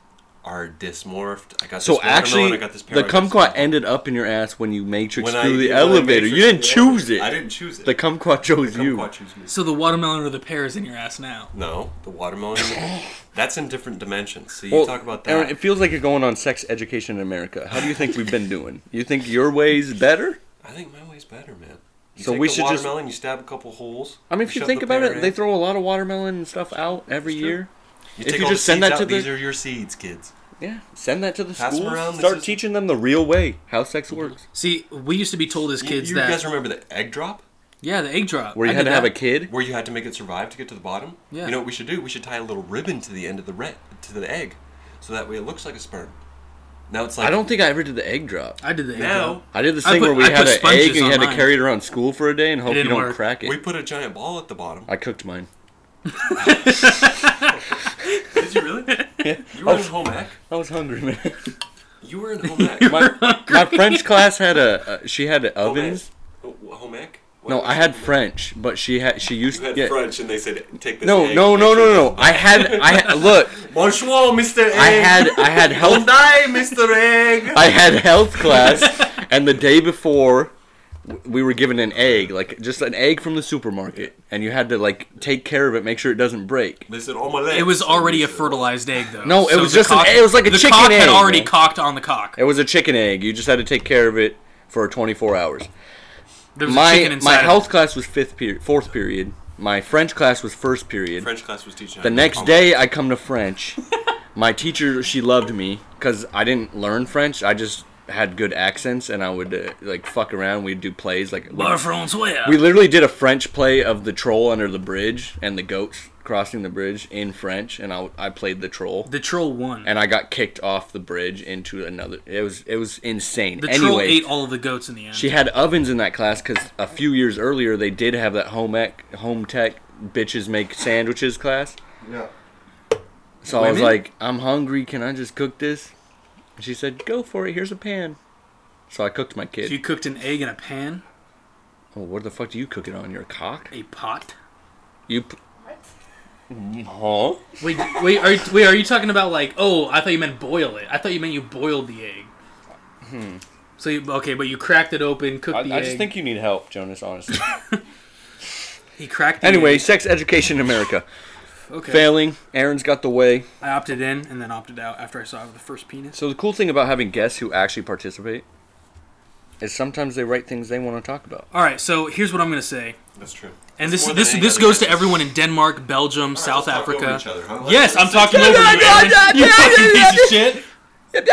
S1: are dysmorphed. I got
S2: So
S1: this
S2: actually,
S1: watermelon, I got this pear,
S2: the
S1: I got this-
S2: kumquat ended up in your ass when you matrix
S1: When I-
S2: through the
S1: when I
S2: elevator. You didn't
S1: matrixed through the
S2: choose it.
S1: elevator. I didn't choose it.
S2: The kumquat chose
S1: The
S2: you.
S1: kumquat chose me.
S3: So the watermelon or the pear is in your ass now.
S1: No, the watermelon. that's in different dimensions. So you
S2: Well,
S1: talk about that.
S2: Aaron, it feels like you're going on sex education in America. How do you think we've been doing? You think your way's better?
S1: I think my way's better, man. You
S2: So
S1: take
S2: we
S1: the
S2: should just-
S1: watermelon, you stab a couple holes.
S2: I mean, if you
S1: shove
S2: think
S1: the
S2: about
S1: pear
S2: it,
S1: in.
S2: they throw a lot of watermelon and stuff out every
S1: It's true.
S2: year.
S1: You
S2: if
S1: take
S2: you
S1: all
S2: just
S1: the
S2: send
S1: seeds
S2: that to
S1: out,
S2: the-
S1: these are your seeds, kids.
S2: Yeah, send that to the
S1: Pass 'em
S2: schools.
S1: around, this
S2: Start
S1: is- Mm-hmm.
S2: teaching them the real way how sex works.
S3: See, we used to be told as
S1: You-
S3: kids
S1: you,
S3: that
S1: guys remember the egg drop,
S3: yeah, the egg drop.
S2: Where you
S3: I
S2: had
S3: did
S2: to have
S3: that.
S2: a kid.
S1: where you had to make it survive to get to the bottom?
S3: Yeah.
S1: You know what we should do? We should tie a little ribbon to the end of the re- to the egg, so that way it looks like a sperm. Now it's like
S2: I don't think I ever did the egg drop.
S3: I did the egg
S1: now.
S3: drop.
S2: I did this
S3: I
S2: thing
S3: put-
S2: where we
S3: I
S2: had
S3: put
S2: an
S3: sponges
S2: egg and you
S3: on
S2: had to
S3: mine.
S2: carry it around school for a day and hope you
S3: didn't
S2: don't
S3: work.
S2: crack it.
S1: We put a giant ball at the bottom.
S2: I cooked mine.
S1: Did you really? You
S2: Oh.
S1: were in home ec.
S2: I was hungry, man.
S1: You were in home ec.
S2: My, my French class had a. Uh, she had ovens.
S1: Home ec. Home ec? What
S2: No,
S1: was
S2: I
S1: it?
S2: had French, but she had. She used
S1: You
S2: to
S1: had
S2: get.
S1: French, and they said, "Take this."
S2: No,
S1: egg
S2: no,
S1: and
S2: no,
S1: make
S2: no,
S1: sure
S2: no. I had. I had, look.
S1: it's- Bonsoir, Mister Egg.
S2: I had. I had health.
S1: die, Mister Egg.
S2: I had health class, and the day before, w- we were given an egg, like just an egg from the supermarket, and you had to like take care of it, make sure it doesn't break.
S1: They said, "Oh my leg."
S3: It was already a fertilized egg though.
S2: No, it
S3: So
S2: was
S3: the
S2: just an
S3: cock-
S2: egg- it was like a
S3: the
S2: chicken
S3: cock
S2: egg,
S3: had already
S2: man.
S3: cocked on the cock.
S2: It was a chicken egg. You just had to take care of it for 24 hours.
S3: There was a chicken
S2: My
S3: inside.
S2: my
S3: of it.
S2: health class was fifth period, fourth period. My French class was first period.
S1: French class was teaching. Oh,
S2: The
S3: Oh.
S2: next day, I come to French. My teacher, she loved me because I didn't learn French. I just had good accents, and I would uh, like fuck around. We'd do plays like
S3: Bar Francois.
S2: We literally did a French play of the troll under the bridge and the goats crossing the bridge in French, and I, I played the troll,
S3: the troll won.
S2: and I got kicked off the bridge into another. It was it was insane.
S3: the troll
S2: anyway,
S3: ate all of the goats in the end.
S2: she had ovens in that class because a few years earlier they did have that home ec home tech bitches make sandwiches class.
S1: Yeah.
S2: So I was
S3: Women?
S2: like, I'm hungry. Can I just cook this? And she said, Go for it. Here's a pan. So I cooked my kid.
S3: you cooked an egg in a pan,
S2: oh, what the fuck do you cook it on? Your cock?
S3: a pot.
S2: You. p-
S4: What?
S2: Huh?
S3: Wait, wait, are you, wait, are you talking about like? Oh, I thought you meant boil it. I thought you meant you boiled the egg. Hmm. So you, okay, but you cracked it open, cooked
S2: I,
S3: the
S2: I
S3: egg.
S2: just think you need help, Jonas. Honestly.
S3: he cracked. The
S2: anyway,
S3: egg.
S2: sex education in America
S3: okay.
S2: failing. Aaron's got the way.
S3: I opted in and then opted out after I saw the first penis.
S2: So the cool thing about having guests who actually participate is sometimes they write things they want to talk about.
S3: All right, so here's what I'm gonna say,
S1: That's true.
S3: and
S1: That's
S3: this
S1: more
S3: this
S1: than
S3: this
S1: any other
S3: goes to
S1: country.
S3: everyone in Denmark, Belgium,
S1: All right,
S3: South
S1: let's talk over
S3: Africa.
S1: each other, huh?
S3: Yes, I'm
S1: Let's-
S3: talking over you, Aaron. You fucking piece of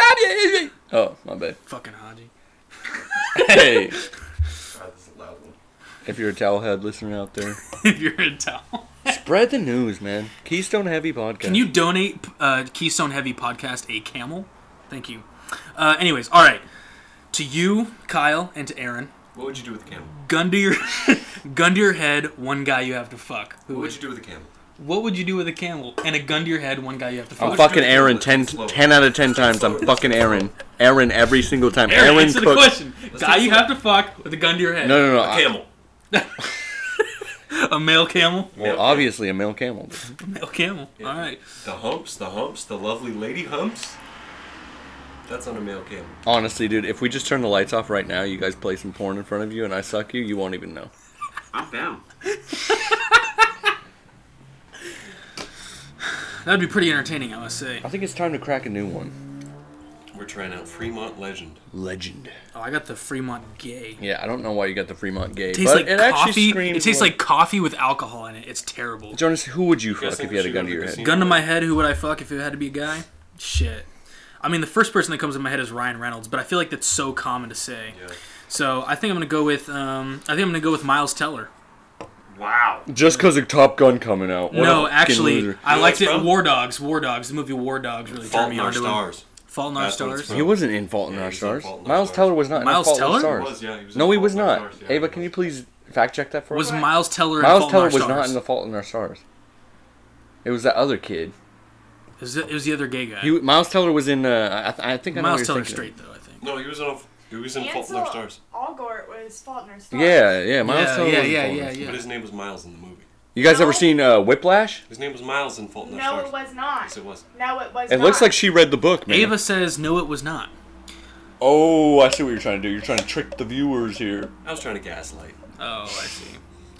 S3: shit.
S2: Oh, my bad.
S3: Fucking Haji.
S2: Hey,
S1: God, this is a loud one.
S2: if you're a towelhead listener out there,
S3: If you're in town.
S2: spread the news, man. Keystone Heavy podcast.
S3: Can you donate uh, Keystone Heavy Podcast a camel? Thank you. Uh, anyways, all right. To you, Kyle, and to Aaron,
S1: What would you do with the camel?
S3: gun to your gun to your head. One guy you have to fuck. Who
S1: What
S3: would
S1: would you do with the camel?
S3: What would you do with a camel and a gun to your head? One guy you have to fuck.
S2: I'm fucking
S1: Slow.
S2: Aaron 10,
S1: Slow.
S2: 10 out of 10 times. I'm fucking Aaron. Aaron every single time.
S3: Aaron,
S2: Aaron
S3: answer the
S2: cooks.
S3: question. guy you have to fuck with a gun to your head.
S2: No, no, no. I-
S1: Camel.
S3: A male camel.
S2: well, obviously a male camel.
S3: A male camel.
S1: Yeah.
S3: All right.
S1: The humps, the humps, the lovely lady humps. That's on a male camel.
S2: Honestly, dude, if we just turn the lights off right now, you guys play some porn in front of you, and I suck you, you won't even know.
S5: I'm down.
S3: That'd be pretty entertaining, I must say.
S2: I think it's time to crack a new one.
S1: We're trying out Fremont legend.
S2: Legend.
S3: Oh, I got the Fremont Gay.
S2: Yeah, I don't know why you got the Fremont Gay.
S3: Tastes
S2: but
S3: like
S2: it actually
S3: coffee.
S2: screams
S3: It tastes like coffee with alcohol in it. It's terrible.
S2: Jonas. Who would you
S1: guys
S2: fuck
S1: think
S2: if you had
S1: we
S2: a gun to
S1: should
S2: your
S1: go to the
S2: head?
S3: Gun to my head, who would I fuck if it had to be a guy? Shit. I mean, the first person that comes to my head is Ryan Reynolds, but I feel like that's so common to say.
S1: Yeah.
S3: So I think I'm gonna go with um, I think I'm gonna go with Miles Teller.
S5: Wow.
S2: Just because of Top Gun coming out. What a
S3: no,
S2: fucking
S3: actually,
S2: loser.
S3: I
S1: You know
S3: liked
S1: what's
S3: it.
S1: from?
S3: War Dogs, War Dogs, the movie War Dogs really
S1: Fault
S3: turned
S1: in
S3: me
S1: Our
S3: on to it.
S1: Stars.
S3: Fault in Our
S1: That's what it's
S3: Stars.
S1: from.
S2: he wasn't in Fault in
S1: Yeah,
S2: Our
S1: he was in
S2: Stars.
S1: Fault in Our
S2: Miles
S1: Stars.
S2: Teller was not
S3: Miles
S2: in Fault in
S3: Teller?
S2: Our Stars.
S1: He was, yeah, he was in
S2: no, he
S1: Fault
S2: was
S1: in Our
S2: not.
S1: Stars, yeah, he
S2: Ava,
S1: was.
S2: can you please fact check that for
S3: Was
S2: us?
S3: Miles Teller in
S2: Miles
S3: Fault
S2: Teller
S3: in Our
S2: was
S3: Stars?
S2: not in the Fault in Our Stars. It was that other kid.
S3: It was the, it was the other gay guy.
S2: He, Miles Teller was in. Uh, I, I think I know
S3: Miles
S2: what you're
S3: Teller's
S2: thinking of.
S3: straight though, I think.
S1: No, he was on. He was in Fault in Our Stars,
S4: Allgort was Fault in Our Stars.
S2: Yeah, yeah, Miles Teller.
S3: yeah,
S2: was in Fault
S3: yeah,
S2: in
S3: yeah,
S2: Our Stars.
S3: yeah,
S1: but
S3: yeah.
S1: his name was Miles in the movie.
S2: You guys ever
S4: No.
S2: seen uh, Whiplash?
S1: His name was Miles in Fault in Our
S4: No,
S1: Stars.
S4: it was not.
S1: Yes, it was.
S4: No, it was
S2: It
S4: not.
S2: looks like she read the book, man.
S3: Ava says no, it was not.
S2: Oh, I see what you're trying to do. You're trying to trick the viewers here.
S1: I was trying to gaslight.
S3: Oh, I see.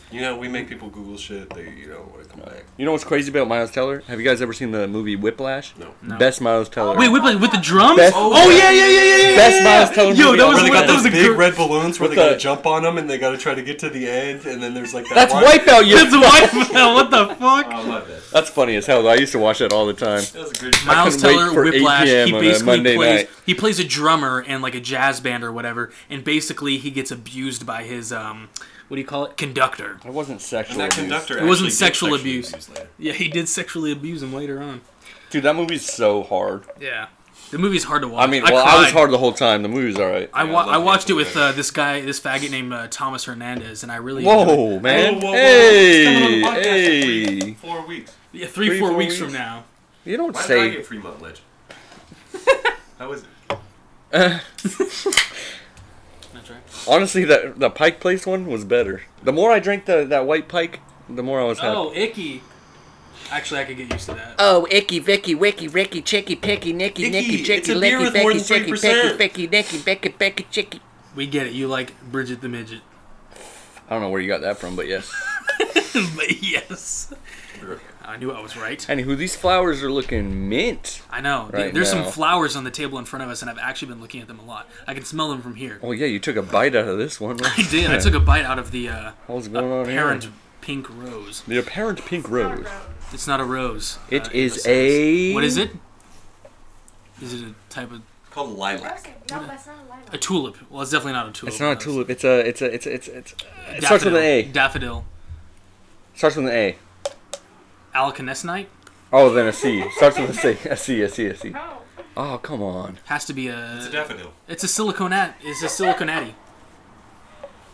S1: You know, we make people Google shit. They, you know, want to come back.
S2: You know what's crazy about Miles Teller? Have you guys ever seen the movie Whiplash?
S1: No.
S3: No.
S2: Best Miles Teller.
S3: Wait, Whiplash with the drums?
S2: Best-
S3: oh, yeah, yeah, yeah, yeah, yeah.
S2: Best
S3: yeah,
S2: Miles
S3: yeah.
S2: Teller
S3: Yo,
S2: movie
S3: that
S2: ever.
S3: was
S1: Where they
S3: one-
S1: got
S3: that
S1: those
S3: was a
S1: big
S3: gr-
S1: red balloons where
S2: With
S1: they gotta
S2: the-
S1: jump on them and they gotta try to get to the end and then there's like that
S2: That's
S1: one-
S2: Wipeout. You.
S3: That's white. man, what the fuck?
S1: Oh, my bad.
S2: That's funny as hell. Though. I used to watch that all the time.
S1: That was a good shot.
S3: Miles
S2: couldn't wait
S3: Teller,
S2: for 8
S3: Whiplash.
S2: PM
S3: He
S2: on a
S3: basically
S2: Monday
S3: plays.
S2: night.
S3: He plays a drummer and like a jazz band or whatever, and basically he gets abused by his um, what do you call it? Conductor.
S2: It wasn't sexual.
S1: And that
S2: abuse.
S1: conductor
S3: It wasn't
S1: actually did
S3: sexual
S1: sexually
S3: abuse.
S1: abuse later.
S3: Yeah, he did sexually abuse him later on.
S2: Dude, that movie's so hard.
S3: Yeah, the movie's hard to watch.
S2: I mean, well, I was
S3: cried.
S2: hard the whole time. The movie's all right.
S3: I,
S1: Yeah, I
S3: wa-
S1: love
S3: I, watched
S1: that
S3: it with
S1: movie.
S3: uh, this guy, this faggot named uh, Thomas Hernandez, and I really enjoyed
S2: Whoa,
S3: it.
S2: man!
S1: Whoa, whoa, whoa.
S2: Hey,
S1: It's coming on the podcast in
S2: hey!
S1: three- Four weeks.
S3: Yeah, three,
S2: Three,
S3: four,
S2: four
S3: weeks,
S2: weeks.
S3: from now.
S2: You don't
S1: Why did I
S2: say.
S1: get Fremont Ledge? How was it?
S3: That's right.
S2: Honestly, that the Pike Place one was better. The more I drank the that White Pike, the more I was happy.
S3: Oh, icky. Actually, I could get used to that.
S6: Oh, icky, vicky, wicky, ricky, chicky, picky, nicky,
S1: Icky,
S6: nicky,
S1: it's
S6: jicky,
S1: a beer
S6: licky,
S1: with more
S6: becky,
S1: than
S6: jicky,
S1: 3%.
S6: picky, picky, nicky, becky, becky, chicky.
S3: We get it. You like Bridget the midget.
S2: I don't know where you got that from, but yes.
S3: But yes,
S1: We were-
S3: I knew I was right.
S2: Anywho, these flowers are looking mint.
S3: I know. Th-
S2: Right
S3: There's
S2: now.
S3: some flowers on the table in front of us, and I've actually been looking at them a lot. I can smell them from here.
S2: Well, Oh, yeah, you took a bite out of this one.
S3: I did. I took a bite out of the uh,
S2: What's going on here?
S3: apparent pink rose.
S2: The apparent pink
S4: Not a
S2: rose.
S4: road.
S3: It's not a rose. uh,
S2: It
S3: It
S2: is
S3: is
S2: a.
S3: What is it? Is it a type of
S1: Called lilac.
S4: No, that's not a lilac.
S3: a tulip? Well, it's definitely not a tulip.
S2: It's not a
S3: That's-
S2: tulip. It's a. It's a. It's a. It's. It's. It starts with an A.
S3: Daffodil.
S2: Starts with an A.
S3: Alkanesnite
S2: Oh, then a C. Starts with a C. A C. A C. A C.
S4: No.
S2: Oh, come on.
S3: has to be a.
S1: It's a daffodil.
S3: It's a siliconate. It's a siliconati.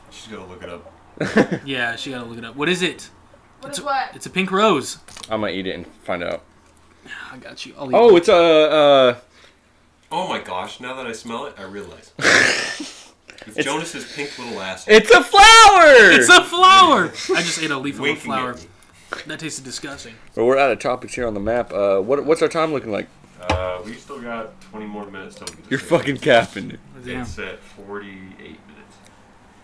S1: She's gonna look it up.
S3: yeah, she gotta look it up. What is it?
S4: What
S3: It's
S4: is
S3: a,
S4: what?
S3: It's a pink rose. Ah,
S2: I'm gonna eat it and find out.
S3: I got you. I'll leave
S2: Oh,
S3: you.
S2: it's a. Uh,
S1: Oh my gosh! Now that I smell it, I realize. It's, Jonas's pink little ass.
S2: it's a flower.
S3: It's a flower. I just ate a leaf of a
S1: winking
S3: flower.
S1: at me.
S3: That tasted disgusting.
S2: Well, we're out of topics here on the map. Uh, what what's our time looking like?
S1: Uh, we still got 20 more minutes till we get
S2: You're
S1: this
S2: fucking capping. dude.
S3: Damn.
S1: It's at 48 minutes.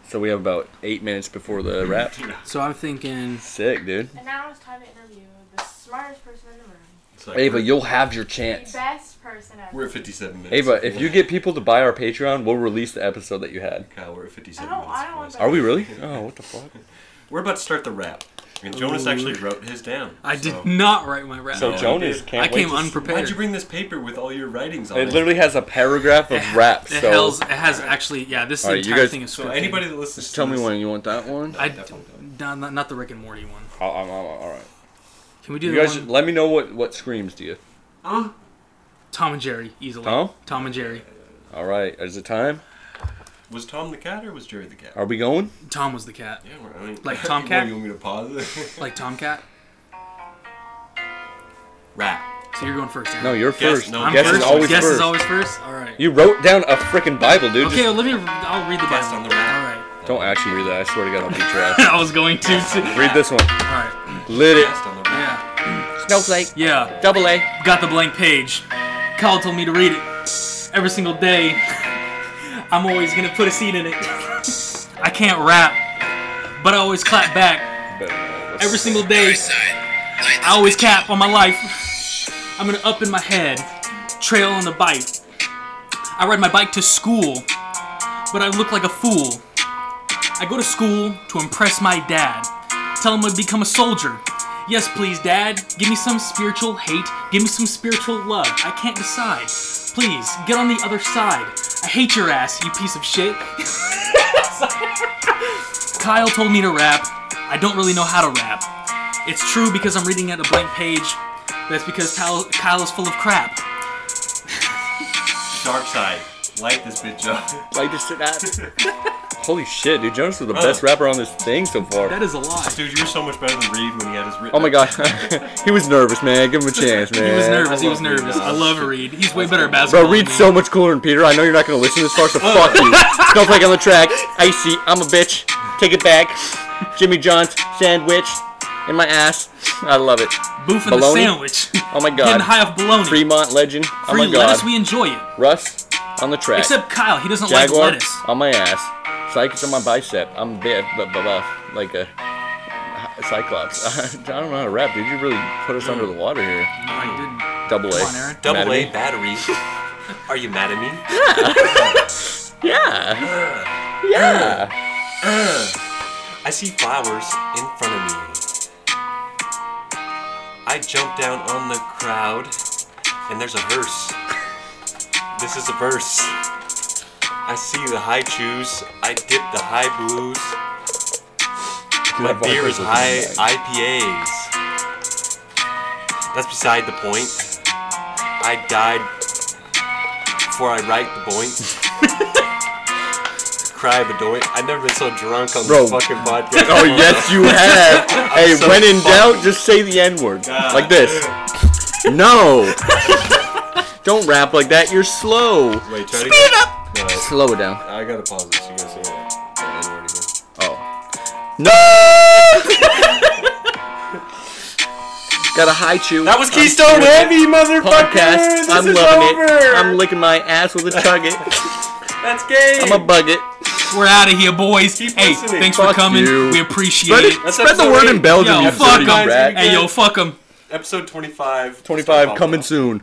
S2: So we have about eight minutes before the wrap.
S3: So I'm thinking.
S2: Sick, dude.
S4: And now it's time to interview the smartest person in the room.
S1: It's like
S2: Ava,
S1: we're-
S2: you'll have your
S4: The
S2: chance.
S4: best person ever.
S1: We're at 57 minutes.
S2: Ava, if you get people to buy our Patreon, we'll release the episode that you had.
S1: Kyle, we're at 57
S4: I don't-
S1: minutes.
S4: I don't want
S1: boys.
S4: that.
S2: Are we really? Oh, what the fuck?
S1: We're about to start the rap. And Jonas
S3: Ooh.
S1: actually wrote his down.
S3: I did
S1: so-
S3: not write my rap.
S2: So
S1: Yeah.
S2: Jonas
S3: I
S2: can't wait
S3: came
S2: to see-
S3: unprepared.
S1: Why'd you bring this paper with all your writings on it?
S2: It literally has a paragraph of rap.
S3: It
S2: So
S3: has, it has actually, yeah. This
S2: All right, you
S3: entire
S2: guys-
S3: thing is scripted.
S1: so anybody that listens
S2: just
S1: to
S2: tell me
S1: this-
S2: when you want that one.
S3: I
S1: Definitely don't.
S3: no, not, not the Rick and Morty one.
S2: I'll, I'm, I'm, all right.
S3: Can we do
S2: You
S3: the
S2: guys,
S3: one?
S2: let me know what what screams to you.
S5: Huh?
S3: Tom and Jerry easily.
S2: Tom?
S3: Tom and Jerry.
S2: All right, is it time?
S1: Was Tom the cat or was Jerry the cat?
S2: Are we going?
S3: Tom was the cat.
S1: Yeah, we're, I mean,
S3: Like Tom
S1: you
S3: Cat?
S1: want- You want me to pause it?
S3: Like Tomcat.
S1: rap.
S3: So you're going first. Aaron.
S2: No, you're
S1: Guess-
S2: first.
S1: no,
S3: I'm
S2: guess
S3: first.
S2: is always
S3: guess
S2: first.
S3: is always first. All right.
S2: You wrote down a freaking Bible, dude.
S3: okay, Olivia. I'll read the
S1: Guess
S3: Bible.
S1: on the rap.
S3: All right.
S2: Just don't actually read that. I swear to God, I'll beat your ass.
S3: I was going to. too. All
S2: Read this one.
S3: right.
S2: Lit it.
S1: Cast on the rap.
S3: Yeah.
S6: Snowflake,
S3: Yeah.
S6: double A.
S3: Got the blank page. Kyle told me to read it every single day. I'm always gonna put a seed in it. I can't rap, but I always clap back
S2: uh,
S3: every single day. I always cap on my life. I'm gonna up in my head, trail on the bike. I ride my bike to school, but I look like a fool. I go to school to impress my dad. Tell him I'd become a soldier. Yes, please, Dad. Give me some spiritual hate. Give me some spiritual love. I can't decide. Please, get on the other side. I hate your ass, you piece of shit. Kyle told me to rap. I don't really know how to rap. It's true because I'm reading at a blank page. That's because Kyle, Kyle is full of crap.
S1: Dark side. Light this bitch uh, up.
S2: Like this to that. Holy shit, dude. Jonas was the best rapper on this thing so far.
S3: That is a lie.
S1: Dude, you were so much better than Reed when he had his written.
S2: Oh my god. he was nervous, man. Give him a chance,
S3: He
S2: man.
S3: was nervous. He was
S1: I love Reed
S3: nervous.
S1: Dawson.
S3: I love Reed. He's way better at basketball.
S2: Bro, Reed's
S3: than
S2: so
S3: me.
S2: much cooler than Peter. I know you're not gonna listen this far, so fuck you. Snowflake on the track, icy, I'm a bitch. Take it back. Jimmy John's sandwich in my ass. I love it.
S3: boofing the
S2: Bologna.
S3: sandwich.
S2: Oh my
S3: Getting
S2: god.
S3: high off bologna.
S2: Fremont legend. Oh
S3: Free
S2: my
S3: lettuce,
S2: god.
S3: we enjoy it.
S2: Russ on the track.
S3: Except Kyle, he doesn't
S2: Jaguar
S3: like lettuce.
S2: on my ass. Cyclops on my bicep. I'm bit, but buff like a cyclops. I don't know how to rap, dude. You really put us under the water here.
S3: I didn't.
S2: Double A.
S3: Come on, Aaron.
S2: Mad
S1: Double
S2: at
S1: A
S2: me?
S1: battery. Are you mad at me?
S2: Yeah.
S1: Uh,
S2: Yeah.
S1: uh. I see flowers in front of me. I jump down on the crowd, and there's a hearse. This is a verse. I see the high chews. I dip the high blues. My
S2: Dude,
S1: beer
S2: voice
S1: is
S2: was
S1: high
S2: amazing.
S1: IPAs. That's beside the point. I died before I write the point. Cry bedoint. I've never been so drunk on
S2: Bro.
S1: the fucking podcast.
S2: Oh yes, you have. hey,
S1: so
S2: when in
S1: fucking-
S2: doubt, just say the N word
S1: God.
S2: like this. No. Don't rap like that. You're slow.
S1: Wait, try to
S2: Speed it up.
S1: No,
S2: Slow it down.
S1: I gotta pause this. You gotta say that. that N word again.
S2: Oh. No. Gotta high you.
S1: That was Keystone Heavy, motherfucker!
S2: podcast.
S1: This
S2: I'm
S1: is
S2: loving
S1: over.
S2: it. I'm licking my ass with a chug it.
S1: That's gay.
S2: I'm a bug it.
S3: We're out of here, boys.
S1: Keep
S3: hey,
S1: listening.
S3: thanks for
S2: Fuck
S3: coming.
S2: you.
S3: We appreciate
S2: Spread,
S3: it.
S2: it,
S1: That's
S2: spread the
S1: episode
S2: word
S1: eight.
S2: in Belgium,
S3: Yo,
S2: you
S3: fuck
S2: dirty
S1: 'em.
S2: rat.
S3: Hey, yo, fuck him.
S1: Episode 25.
S2: Twenty-five coming soon.